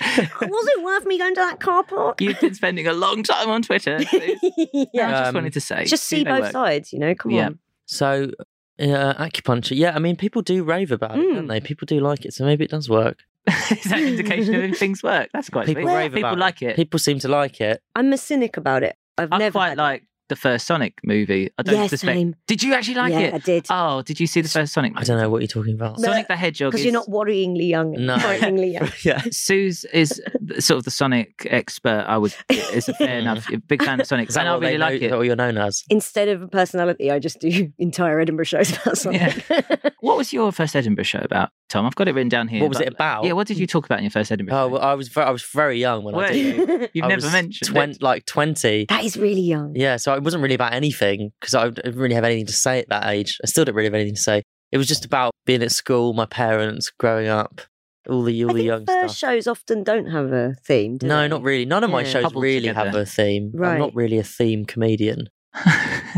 Speaker 2: it worth me going to that car park?
Speaker 1: You've been spending a long time on Twitter. It's- I
Speaker 2: yeah.
Speaker 1: just
Speaker 3: Um,
Speaker 1: wanted to say.
Speaker 2: Just see
Speaker 1: they
Speaker 2: both
Speaker 1: work.
Speaker 2: sides, you know? Come
Speaker 1: Yeah.
Speaker 2: on.
Speaker 3: So, uh, acupuncture. Yeah, I mean, people do rave about it, don't
Speaker 2: Mm.
Speaker 1: Hmm.
Speaker 3: they? People do like it, so maybe it does work.
Speaker 1: Is that an indication of if things work? That's quite
Speaker 3: People
Speaker 1: sweet.
Speaker 3: rave
Speaker 1: People
Speaker 3: about
Speaker 1: like it.
Speaker 3: People seem to like it.
Speaker 2: I'm a cynic about it. I've
Speaker 1: I
Speaker 2: never
Speaker 1: quite
Speaker 2: had it.
Speaker 1: like the first Sonic movie. I don't
Speaker 2: Yeah,
Speaker 1: suspect.
Speaker 2: same.
Speaker 1: Did you actually like
Speaker 2: yeah, I
Speaker 1: it?
Speaker 2: did.
Speaker 1: Oh, did you see the first Sonic?
Speaker 3: I don't know what you're talking about.
Speaker 2: No.
Speaker 1: Sonic the Hedgehog.
Speaker 2: Because
Speaker 1: Is,
Speaker 2: you're not worryingly young.
Speaker 3: No.
Speaker 2: Frighteningly young.
Speaker 3: yeah.
Speaker 1: Suze is sort of the Sonic expert. I would. Is fair enough. You're a Big fan of Sonic.
Speaker 3: Is that
Speaker 1: and I
Speaker 3: what
Speaker 1: really
Speaker 3: they know-
Speaker 1: like
Speaker 3: is that
Speaker 1: it.
Speaker 3: what you're known as?
Speaker 2: Instead of a personality, I just do entire Edinburgh shows about something.
Speaker 1: What was your first Edinburgh show about, Tom? I've got it written down here.
Speaker 3: What was
Speaker 1: but-
Speaker 3: it about?
Speaker 1: Yeah. What did you talk about in your first Edinburgh?
Speaker 3: Oh,
Speaker 1: show?
Speaker 3: well, I was very, I was very young when
Speaker 1: Were
Speaker 3: I did. it.
Speaker 1: you? You've
Speaker 3: I
Speaker 1: never
Speaker 3: was
Speaker 1: mentioned
Speaker 3: twen-
Speaker 1: it.
Speaker 3: like twenty.
Speaker 2: That is really young.
Speaker 3: Yeah, so it wasn't really about anything because I didn't really have anything to say at that age. I still didn't really have anything to say. It was just about being at school, my parents, growing up, all the all
Speaker 2: I
Speaker 3: the
Speaker 2: think
Speaker 3: young
Speaker 2: first
Speaker 3: stuff.
Speaker 2: shows often don't have a theme. Do
Speaker 3: no,
Speaker 2: they?
Speaker 3: not really. None of my
Speaker 2: Yeah.
Speaker 3: shows
Speaker 1: Cobbled
Speaker 3: really have
Speaker 1: together.
Speaker 3: a theme. I'm
Speaker 2: Right.
Speaker 3: not really a theme comedian.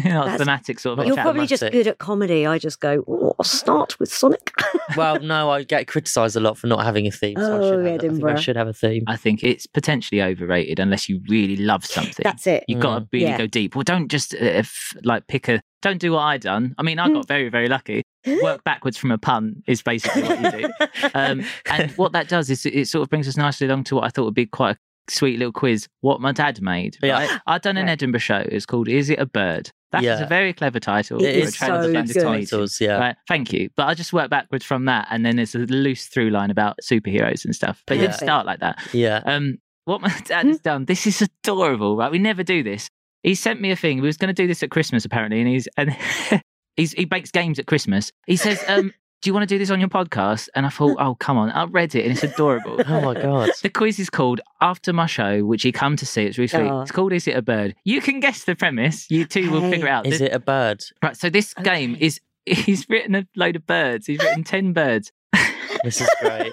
Speaker 1: You're not
Speaker 2: That's-
Speaker 1: thematic sort of.
Speaker 2: You're
Speaker 3: Not
Speaker 2: probably just
Speaker 3: dramatic.
Speaker 2: good at comedy. I just go, oh, I'll start with Sonic.
Speaker 3: well, no, I get criticised a lot for not having a theme. So I,
Speaker 2: Oh,
Speaker 3: should have, I think I
Speaker 2: Edinburgh.
Speaker 3: should have a theme.
Speaker 1: I think it's potentially overrated unless you really love something.
Speaker 2: That's it.
Speaker 1: You've
Speaker 3: Mm,
Speaker 1: got to really
Speaker 2: Yeah.
Speaker 1: go deep. Well, don't just uh, if, like pick a. Don't do what I done. I mean,
Speaker 3: Hmm.
Speaker 1: I got very very lucky. Work backwards from a pun is basically what you do. Um, and what that does is it, it sort of brings us nicely along to what I thought would be quite a sweet little quiz. What my dad made.
Speaker 3: Yeah.
Speaker 1: right? I've done an
Speaker 2: Right.
Speaker 1: Edinburgh show. It's called "Is It a Bird?" That is
Speaker 3: Yeah.
Speaker 1: a very clever title.
Speaker 2: It
Speaker 1: for a
Speaker 2: is
Speaker 1: trans-
Speaker 2: so
Speaker 1: trans-
Speaker 2: good.
Speaker 1: comedian.
Speaker 3: Titles, yeah.
Speaker 1: Right, thank you. But I just work backwards from that, and then there's a loose through line about superheroes and stuff. But it didn't
Speaker 2: Perfect.
Speaker 1: start like that.
Speaker 3: Yeah.
Speaker 1: Um, what my
Speaker 3: Hmm?
Speaker 1: dad has done, this is adorable, right? We never do this. He sent me a thing. We was going to do this at Christmas, apparently, and he's and he's, he bakes games at Christmas. He says, um, "Do you want to do this on your podcast?" And I thought,
Speaker 3: Hmm.
Speaker 1: "Oh, come on!" I read it, and it's adorable.
Speaker 3: Oh my god.
Speaker 1: The quiz is called After My Show, which you come to see. It's really sweet.
Speaker 3: Oh.
Speaker 2: Aw.
Speaker 1: It's called Is It a Bird? You can guess the premise. You two will
Speaker 2: Okay.
Speaker 1: figure it out.
Speaker 3: Is
Speaker 1: This-
Speaker 3: it a bird,
Speaker 1: Right. So this game
Speaker 2: Okay.
Speaker 1: is he's written a load of birds. He's written ten birds.
Speaker 3: This is Great?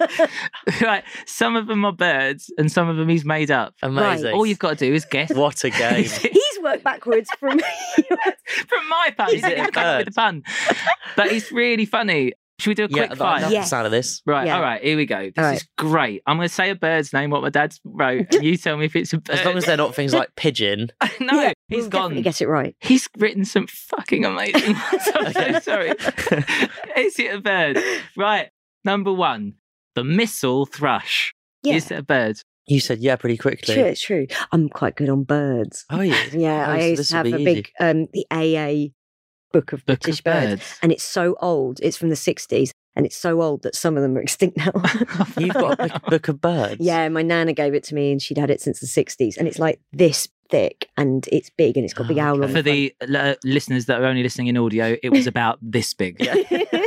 Speaker 1: right. Some of them are birds, and some of them he's made up.
Speaker 3: Amazing.
Speaker 1: All you've got to do is guess.
Speaker 3: What a game.
Speaker 2: He's worked backwards from me.
Speaker 1: From my part, he's
Speaker 3: Is it
Speaker 1: even
Speaker 3: a
Speaker 1: come up with a pun. But it's really funny. Should we do a
Speaker 3: yeah,
Speaker 1: quick
Speaker 3: I
Speaker 1: fire?
Speaker 3: love
Speaker 2: Yeah.
Speaker 3: the sound of this.
Speaker 1: Right,
Speaker 2: Yeah.
Speaker 1: all right, here we go. This
Speaker 2: All
Speaker 1: is great. I'm going to say a bird's name, what my dad's wrote, and you tell me if it's a bird.
Speaker 3: As long as they're not things like pigeon.
Speaker 1: no,
Speaker 2: Yeah,
Speaker 1: he's
Speaker 2: we'll
Speaker 1: gone.
Speaker 2: definitely Get it right.
Speaker 1: He's written some fucking amazing ones. I'm so sorry. Is it a bird? Right. Number one, the missile thrush.
Speaker 2: Yeah.
Speaker 1: Is it a bird?
Speaker 3: You said yeah pretty quickly.
Speaker 2: True, true. I'm quite good on birds.
Speaker 3: Oh yeah.
Speaker 2: Yeah,
Speaker 3: Oh,
Speaker 2: I
Speaker 3: so
Speaker 2: used
Speaker 3: this
Speaker 2: to
Speaker 3: will
Speaker 2: have
Speaker 3: be
Speaker 2: a
Speaker 3: easy.
Speaker 2: big um the AA book of
Speaker 1: Book
Speaker 2: British
Speaker 1: of
Speaker 2: birds.
Speaker 1: birds.
Speaker 2: and it's so old. It's from the 60s and it's so old that some of them are extinct now.
Speaker 3: You've got a book, book of birds.
Speaker 2: yeah, my nana gave it to me and she'd had it since the 60s and it's like this thick and it's big and it's got a big
Speaker 3: Oh,
Speaker 2: owl on
Speaker 3: okay.
Speaker 1: For the uh, listeners that are only listening in audio, it was about this big.
Speaker 2: front.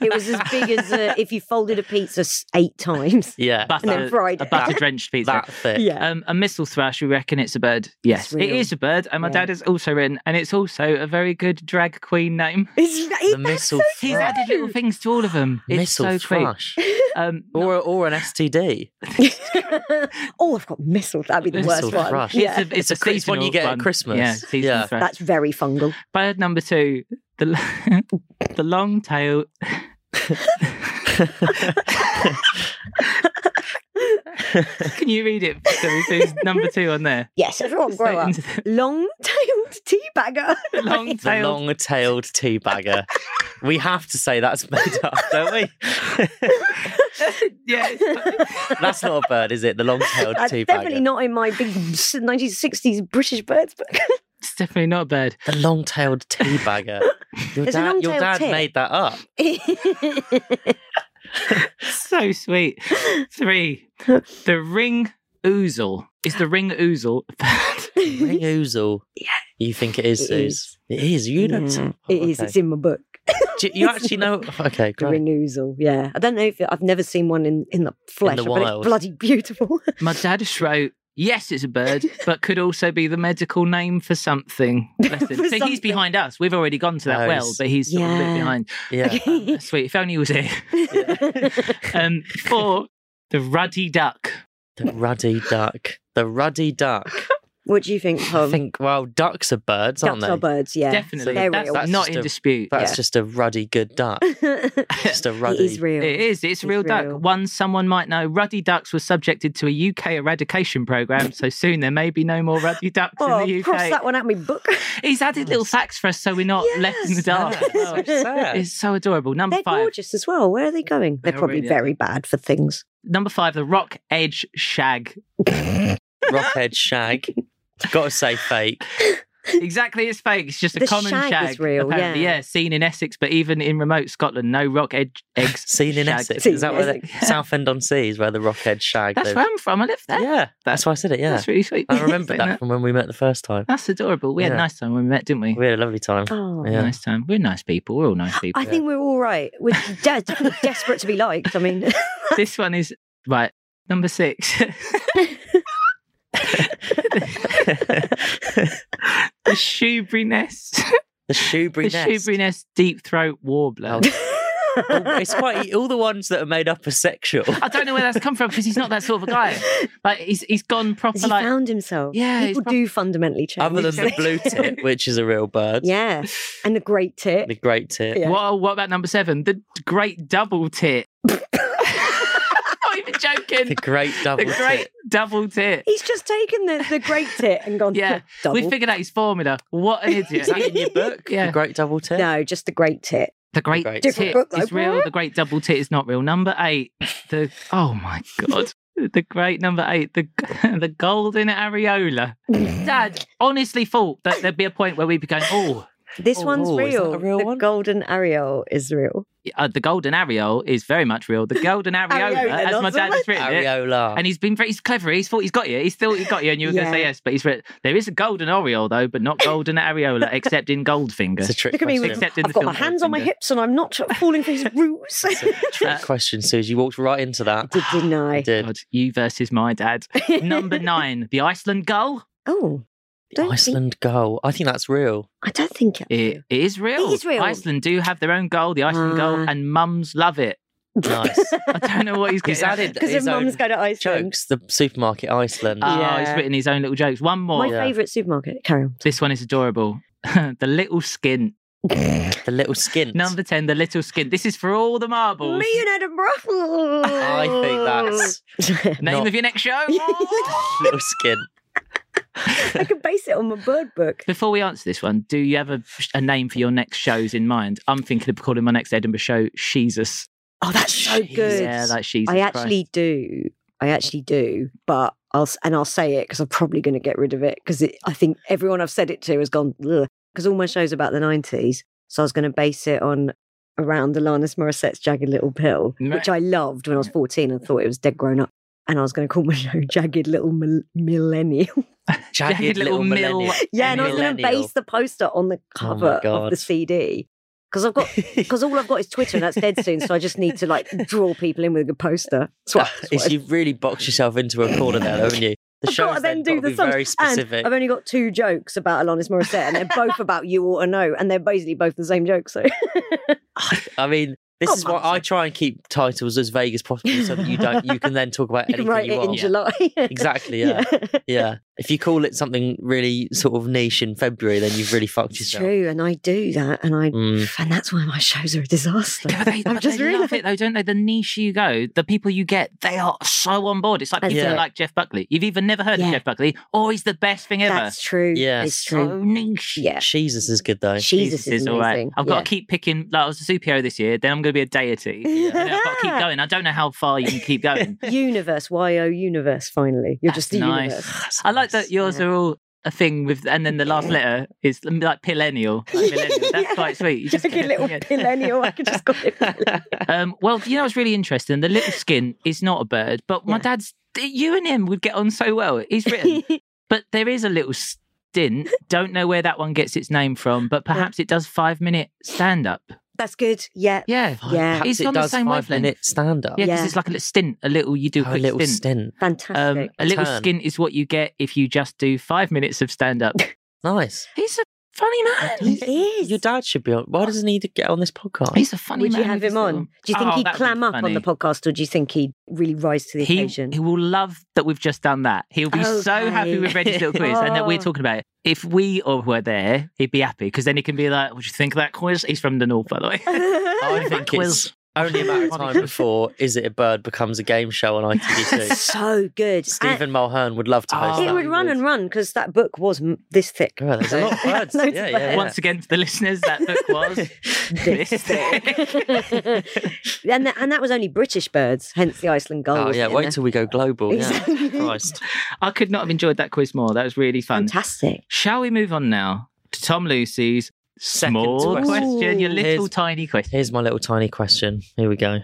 Speaker 2: It was as big as uh, if you folded a pizza s- eight times.
Speaker 3: Yeah.
Speaker 1: Butter,
Speaker 2: And then fried
Speaker 1: a
Speaker 2: it.
Speaker 1: butter drenched pizza.
Speaker 3: that thick.
Speaker 2: Yeah.
Speaker 1: Um, a missile thrush, we reckon it's a bird. Yes, it
Speaker 2: real.
Speaker 1: is a bird. And my
Speaker 2: Yeah.
Speaker 1: dad has also written, and it's also a very good drag queen name.
Speaker 2: It's,
Speaker 3: The
Speaker 2: that's
Speaker 3: missile
Speaker 2: so
Speaker 1: He's
Speaker 3: thrush.
Speaker 1: added little things to all of them. It's
Speaker 3: Missile
Speaker 1: so cute.
Speaker 3: thrush.
Speaker 1: Um,
Speaker 3: Or or an STD.
Speaker 2: oh, I've got missile. That'd be the
Speaker 3: Missile
Speaker 2: worst one.
Speaker 3: thrush.
Speaker 2: Yeah.
Speaker 1: It's a, it's
Speaker 3: It's
Speaker 1: a
Speaker 3: a crisp one you
Speaker 1: seasonal
Speaker 3: get at
Speaker 1: one.
Speaker 3: Christmas.
Speaker 1: Yeah, seasonal
Speaker 3: Yeah.
Speaker 1: thrush.
Speaker 2: That's very fungal.
Speaker 1: Bird number two, the l- the long tail. Can you read it? Sorry, so it's number two on there.
Speaker 2: Yes, everyone grow up.
Speaker 1: Into the-
Speaker 2: Long-tailed teabagger.
Speaker 1: the long
Speaker 3: The
Speaker 1: tail.
Speaker 3: long tailed tea bagger. we have to say that's made up, don't we?
Speaker 1: yeah, it's-
Speaker 3: that's not a bird, is it? The long tailed
Speaker 2: That's
Speaker 3: tea
Speaker 2: definitely
Speaker 3: bagger.
Speaker 2: not in my big 1960s British birds book.
Speaker 1: it's definitely not a bird.
Speaker 3: The long tailed tea bagger. Your
Speaker 2: There's a
Speaker 3: dad, your
Speaker 2: long-tailed
Speaker 3: dad
Speaker 2: tit.
Speaker 3: made that up.
Speaker 1: So sweet. Three, the ring Ouzel. Is the ring Ouzel bad?
Speaker 3: Ring Ouzel.
Speaker 2: Yeah.
Speaker 3: You think it is,
Speaker 2: It
Speaker 3: Suze?
Speaker 2: is.
Speaker 3: It is. You don't.
Speaker 2: Yeah,
Speaker 3: Oh,
Speaker 2: It is.
Speaker 3: okay.
Speaker 2: It's in my book.
Speaker 3: Do you actually know? Okay,
Speaker 2: The
Speaker 3: great.
Speaker 2: ring ousel, yeah. I don't know if I've never seen one in, in the flesh,
Speaker 3: the
Speaker 2: but
Speaker 3: wild.
Speaker 2: it's bloody beautiful.
Speaker 1: My dad just wrote, yes, it's a bird, but could also be the medical name for something. Bless him.
Speaker 2: For
Speaker 1: so he's
Speaker 2: something.
Speaker 1: behind us. We've already gone to that
Speaker 3: Oh,
Speaker 1: well,
Speaker 3: he's-
Speaker 1: but he's sort of a bit
Speaker 2: Yeah.
Speaker 1: behind.
Speaker 3: Yeah.
Speaker 1: That's Sweet. If only he was here. Um, for the ruddy duck.
Speaker 3: The ruddy duck. The ruddy duck.
Speaker 2: what do you think,
Speaker 3: I
Speaker 2: Tom?
Speaker 3: think, well, ducks are birds, aren't
Speaker 2: Um, Ducks
Speaker 3: they?
Speaker 2: are birds, yeah.
Speaker 1: Definitely.
Speaker 2: They're
Speaker 1: That's,
Speaker 2: real.
Speaker 3: That's
Speaker 1: not
Speaker 3: just
Speaker 1: in
Speaker 3: a-
Speaker 1: dispute.
Speaker 3: That's
Speaker 2: Yeah.
Speaker 3: just a ruddy good duck. Just a
Speaker 2: it
Speaker 3: ruddy.
Speaker 2: is real.
Speaker 1: It is. It's a real
Speaker 2: It's
Speaker 1: duck.
Speaker 2: real.
Speaker 1: One someone might know. Ruddy ducks were subjected to a UK eradication program, so soon there may be no more ruddy ducks
Speaker 2: Oh,
Speaker 1: in the UK.
Speaker 2: cross that one out my book.
Speaker 1: He's added little facts for us, so we're not left in the dark.
Speaker 3: Oh, it's sad.
Speaker 1: It's so adorable. Number
Speaker 2: They're
Speaker 1: five.
Speaker 2: gorgeous as well. Where are they going? They're
Speaker 1: They are
Speaker 2: probably
Speaker 1: really,
Speaker 2: very bad for things.
Speaker 1: Number five. The rock edge shag.
Speaker 3: Rockhead shag. Gotta say fake.
Speaker 1: Exactly, it's fake. It's just a
Speaker 2: The
Speaker 1: common shag.
Speaker 2: shag is real,
Speaker 1: apparently.
Speaker 2: yeah.
Speaker 1: seen in Essex, but even in remote Scotland, no rock edge eggs.
Speaker 3: Seen in
Speaker 1: shag.
Speaker 3: Essex.
Speaker 2: Seen
Speaker 3: Is that
Speaker 2: in
Speaker 3: where they, Southend on Sea is where the Rockhead shag
Speaker 1: That's
Speaker 3: live.
Speaker 1: where I'm from. I live there.
Speaker 3: Yeah. That's why I said it, yeah.
Speaker 1: That's really sweet.
Speaker 3: I remember
Speaker 1: Isn't
Speaker 3: that
Speaker 1: it?
Speaker 3: from when we met the first time.
Speaker 1: That's adorable. We had a
Speaker 3: Yeah.
Speaker 1: nice time when we met, didn't we?
Speaker 3: We had a lovely time.
Speaker 2: Oh.
Speaker 3: Yeah.
Speaker 1: Nice time. We're nice people. We're all nice people.
Speaker 2: I think we're all right. We're de- definitely desperate to be liked. I mean,
Speaker 1: this one is right. Number six. the shoebury nest.
Speaker 3: The shoebury
Speaker 1: the
Speaker 3: nest.
Speaker 1: shoebury nest deep throat warbler.
Speaker 3: Oh. Oh, it's quite all the ones that are made up are sexual.
Speaker 1: I don't know where that's come from because he's not that sort of a guy. Like he's he's gone proper
Speaker 2: Has he
Speaker 1: like
Speaker 2: found himself?
Speaker 1: Yeah, he's
Speaker 2: People
Speaker 1: probably-
Speaker 2: do fundamentally change.
Speaker 3: Other than the
Speaker 2: don't
Speaker 3: blue
Speaker 2: they?
Speaker 3: tit, which is a real bird.
Speaker 2: yeah. And the great tit.
Speaker 3: The great tit.
Speaker 2: Yeah.
Speaker 1: Whoa, what about number seven? The great double tit. not even joking.
Speaker 3: The great double
Speaker 1: The great
Speaker 3: tit.
Speaker 1: double tit.
Speaker 2: He's just taken the, the great tit and gone,
Speaker 1: Yeah.
Speaker 2: double.
Speaker 1: We figured out his formula. What an idiot.
Speaker 3: Is that in your book?
Speaker 1: Yeah.
Speaker 3: The great double tit.
Speaker 2: no, just the great tit.
Speaker 1: The great,
Speaker 3: Great
Speaker 2: Different
Speaker 1: tit
Speaker 2: book,
Speaker 1: is
Speaker 2: though.
Speaker 1: real. The great double tit is not real. Number eight. The oh my god. The great number eight. The the golden areola. Dad honestly thought that there'd be a point where we'd be going, oh,
Speaker 2: This
Speaker 3: Oh,
Speaker 2: one's
Speaker 3: oh, is that
Speaker 2: real.
Speaker 3: a real
Speaker 2: the
Speaker 3: one?
Speaker 2: golden Ariel is real.
Speaker 1: uh, the golden areole is very much real. The golden areola,
Speaker 2: Areola,
Speaker 1: as my
Speaker 2: not so
Speaker 1: dad has
Speaker 2: much.
Speaker 1: written it.
Speaker 3: Areola.
Speaker 1: And he's been very he's clever. He's thought he's got you. He's thought he got you, and you were going
Speaker 2: Yeah.
Speaker 1: to say yes, but he's written there is a golden aureole though, but not golden areola, except in Goldfinger.
Speaker 3: it's a trick
Speaker 2: Look at me.
Speaker 3: question.
Speaker 2: With,
Speaker 1: Except in
Speaker 2: I've
Speaker 1: the
Speaker 2: got my
Speaker 1: film
Speaker 2: hands on my
Speaker 1: Goldfinger.
Speaker 2: hips and I'm not falling for his ruse.
Speaker 1: Uh,
Speaker 3: trick question, Suze. You walked right into that.
Speaker 2: Did Oh, deny.
Speaker 3: Did.
Speaker 1: God, you versus my dad. Number nine, the Iceland gull.
Speaker 2: Oh,
Speaker 3: The
Speaker 2: don't think-
Speaker 3: Iceland gull. I think that's real.
Speaker 2: I don't think it.
Speaker 1: It, it is real.
Speaker 2: It is real.
Speaker 1: Iceland do have their own goal, the Iceland goal,
Speaker 3: Mm.
Speaker 2: Ah.
Speaker 1: and mums love it.
Speaker 3: Nice.
Speaker 1: I don't know what he's
Speaker 3: He's
Speaker 1: getting. at.
Speaker 3: added
Speaker 2: Because if
Speaker 3: his own
Speaker 2: mums go to Iceland,
Speaker 3: jokes. The supermarket Iceland.
Speaker 1: Oh,
Speaker 2: Yeah.
Speaker 1: he's written his own little jokes. One more.
Speaker 2: my favourite supermarket. Carry on.
Speaker 1: This one is adorable. the little skin.
Speaker 3: the little skint.
Speaker 1: Number 10, the little skin. This is for all the marbles.
Speaker 2: Leonard and Bruffle.
Speaker 3: I think that's
Speaker 1: Name
Speaker 3: not-
Speaker 1: of your next show.
Speaker 2: Oh.
Speaker 3: little skint.
Speaker 2: I can base it on my bird book.
Speaker 1: Before we answer this one, do you have a, a name for your next shows in mind? I'm thinking of calling my next Edinburgh show Jesus.
Speaker 2: Oh, that's so good.
Speaker 1: Yeah, like Jesus.
Speaker 2: I
Speaker 1: Christ.
Speaker 2: actually do. I actually do, but I'll s- and I'll say it because I'm probably going to get rid of it because I think everyone I've said it to has gone because all my shows about the '90s. So I was going to base it on around Alanis Morissette's "Jagged Little Pill,"
Speaker 1: No.
Speaker 2: which I loved when I was 14 and thought it was dead grown up. And I was going to call my show "Jagged Little Mil- Millennial."
Speaker 3: Jagged, little,
Speaker 1: mill-
Speaker 3: millennial.
Speaker 2: yeah, and I was going to
Speaker 3: Millennial.
Speaker 2: base the poster on the
Speaker 3: Oh my
Speaker 2: cover of
Speaker 3: God.
Speaker 2: the CD because I've got because all I've got is Twitter and that's dead soon. So I just need to like draw people in with a good poster. That's what, that's what I
Speaker 3: It's, you've really boxed yourself into a corner there, haven't you? The
Speaker 2: I've got
Speaker 3: show's
Speaker 2: to then
Speaker 3: then
Speaker 2: do
Speaker 3: got to
Speaker 2: the
Speaker 3: be
Speaker 2: songs.
Speaker 3: very specific.
Speaker 2: And I've only got two jokes about Alanis Morissette, and they're both about you ought to know, and they're basically both the same joke. So
Speaker 3: I mean, this
Speaker 2: Oh,
Speaker 3: is why
Speaker 2: Mumsy.
Speaker 3: I try and keep titles as vague as possible, so that you don't. You can then talk about
Speaker 2: you
Speaker 3: anything
Speaker 2: can write
Speaker 3: you
Speaker 2: it in
Speaker 3: want.
Speaker 2: July.
Speaker 3: Exactly. Yeah. yeah. If you call it something really sort of niche in February, then you've really fucked
Speaker 2: It's
Speaker 3: yourself.
Speaker 2: true, and I do that, and I
Speaker 3: Mm.
Speaker 2: and that's why my shows are a disaster.
Speaker 1: Yeah, but they,
Speaker 2: I'm
Speaker 1: but
Speaker 2: just
Speaker 1: they
Speaker 2: really
Speaker 1: love it though, don't they? The niche you go, the people you get, they are so on board. It's like
Speaker 2: That's
Speaker 1: people that
Speaker 3: it.
Speaker 1: like Jeff Buckley. You've even never heard of
Speaker 2: Yeah.
Speaker 1: Jeff Buckley, or he's the best thing ever.
Speaker 2: That's true.
Speaker 3: Yeah,
Speaker 2: it's
Speaker 1: so
Speaker 2: true.
Speaker 1: niche.
Speaker 2: Yeah,
Speaker 3: Jesus is good though.
Speaker 2: Jesus, is
Speaker 1: all
Speaker 2: amazing.
Speaker 1: right. I've got
Speaker 2: Yeah.
Speaker 1: to keep picking. Like I was a superhero this year, then I'm going to be a deity. And then I've got to keep going. I don't know how far you can keep going.
Speaker 2: universe, yo universe. Finally, you're
Speaker 1: That's
Speaker 2: just the
Speaker 1: nice.
Speaker 2: universe.
Speaker 1: I like that yours are all a thing with, and then the last letter is like pillennial. Like millennial. That's quite sweet. You just
Speaker 2: like a little
Speaker 1: yeah.
Speaker 2: millennial. I could just call it. millennial.
Speaker 1: Um, well, you know, it's really interesting. The little skin is not a bird, but my
Speaker 2: Yeah.
Speaker 1: dad's, you and him would get on so well. He's written, but there is a little stint. Don't know where that one gets its name from, but perhaps it does five minute stand up.
Speaker 2: That's good. Yeah.
Speaker 1: Yeah.
Speaker 2: Yeah.
Speaker 3: Perhaps
Speaker 1: He's
Speaker 3: it
Speaker 1: on the
Speaker 3: does
Speaker 1: same
Speaker 3: five
Speaker 1: wavelength.
Speaker 3: minute stand up.
Speaker 1: Yeah, because
Speaker 2: Yeah. Oh,
Speaker 1: it's like a little stint, a little, you do a
Speaker 3: a
Speaker 1: quick
Speaker 3: little
Speaker 1: stint.
Speaker 3: stint.
Speaker 1: Um,
Speaker 2: Fantastic.
Speaker 1: a little
Speaker 3: Turn.
Speaker 1: skin is what you get if you just do five minutes of stand up.
Speaker 3: Nice.
Speaker 1: He's a funny man.
Speaker 2: it is.
Speaker 3: Your dad should be on. Why doesn't he get on this podcast?
Speaker 1: He's a funny
Speaker 2: would
Speaker 1: man.
Speaker 2: you have
Speaker 1: with
Speaker 2: him
Speaker 1: his
Speaker 2: on?
Speaker 1: little-
Speaker 2: Do you think
Speaker 1: Oh,
Speaker 2: he'd
Speaker 1: that would be
Speaker 2: clam up on
Speaker 1: funny.
Speaker 2: the podcast, or do you think he'd really rise to the
Speaker 1: He,
Speaker 2: occasion?
Speaker 1: he will love that we've just done that. He'll be so happy
Speaker 2: Okay.
Speaker 1: with Reggie's little quiz and that we're
Speaker 2: Oh.
Speaker 1: talking about it. If we all were there, he'd be happy because then he can be like, What do you think of that quiz? He's from the north, by the way.
Speaker 3: I think it's
Speaker 1: Quiz.
Speaker 3: only a matter of time before Is It a Bird becomes a game show on ITV2.
Speaker 2: so good. And
Speaker 3: Stephen Mulhern would love to host
Speaker 1: Oh,
Speaker 3: that.
Speaker 2: it would
Speaker 1: he
Speaker 2: run
Speaker 1: would.
Speaker 2: and run because that book was m- this thick.
Speaker 3: Oh, there's a lot of birds.
Speaker 2: Loads of
Speaker 3: yeah, yeah,
Speaker 2: birds.
Speaker 3: yeah.
Speaker 1: Once again, for the listeners, that book was this
Speaker 2: and, that, and that was only British birds, hence the Iceland gull.
Speaker 3: Oh,
Speaker 2: wasn't
Speaker 3: yeah,
Speaker 2: in
Speaker 3: wait
Speaker 2: there.
Speaker 3: till we go global. Yeah.
Speaker 2: Exactly.
Speaker 3: Christ.
Speaker 1: I could not have enjoyed that quiz more. That was really fun.
Speaker 2: Fantastic.
Speaker 1: Shall we move on now to Tom Lucy's
Speaker 3: Second
Speaker 1: small
Speaker 3: question.
Speaker 1: question, your
Speaker 2: Ooh.
Speaker 1: little
Speaker 3: Here's-
Speaker 1: tiny question?
Speaker 3: Here's my little tiny question. Here we go.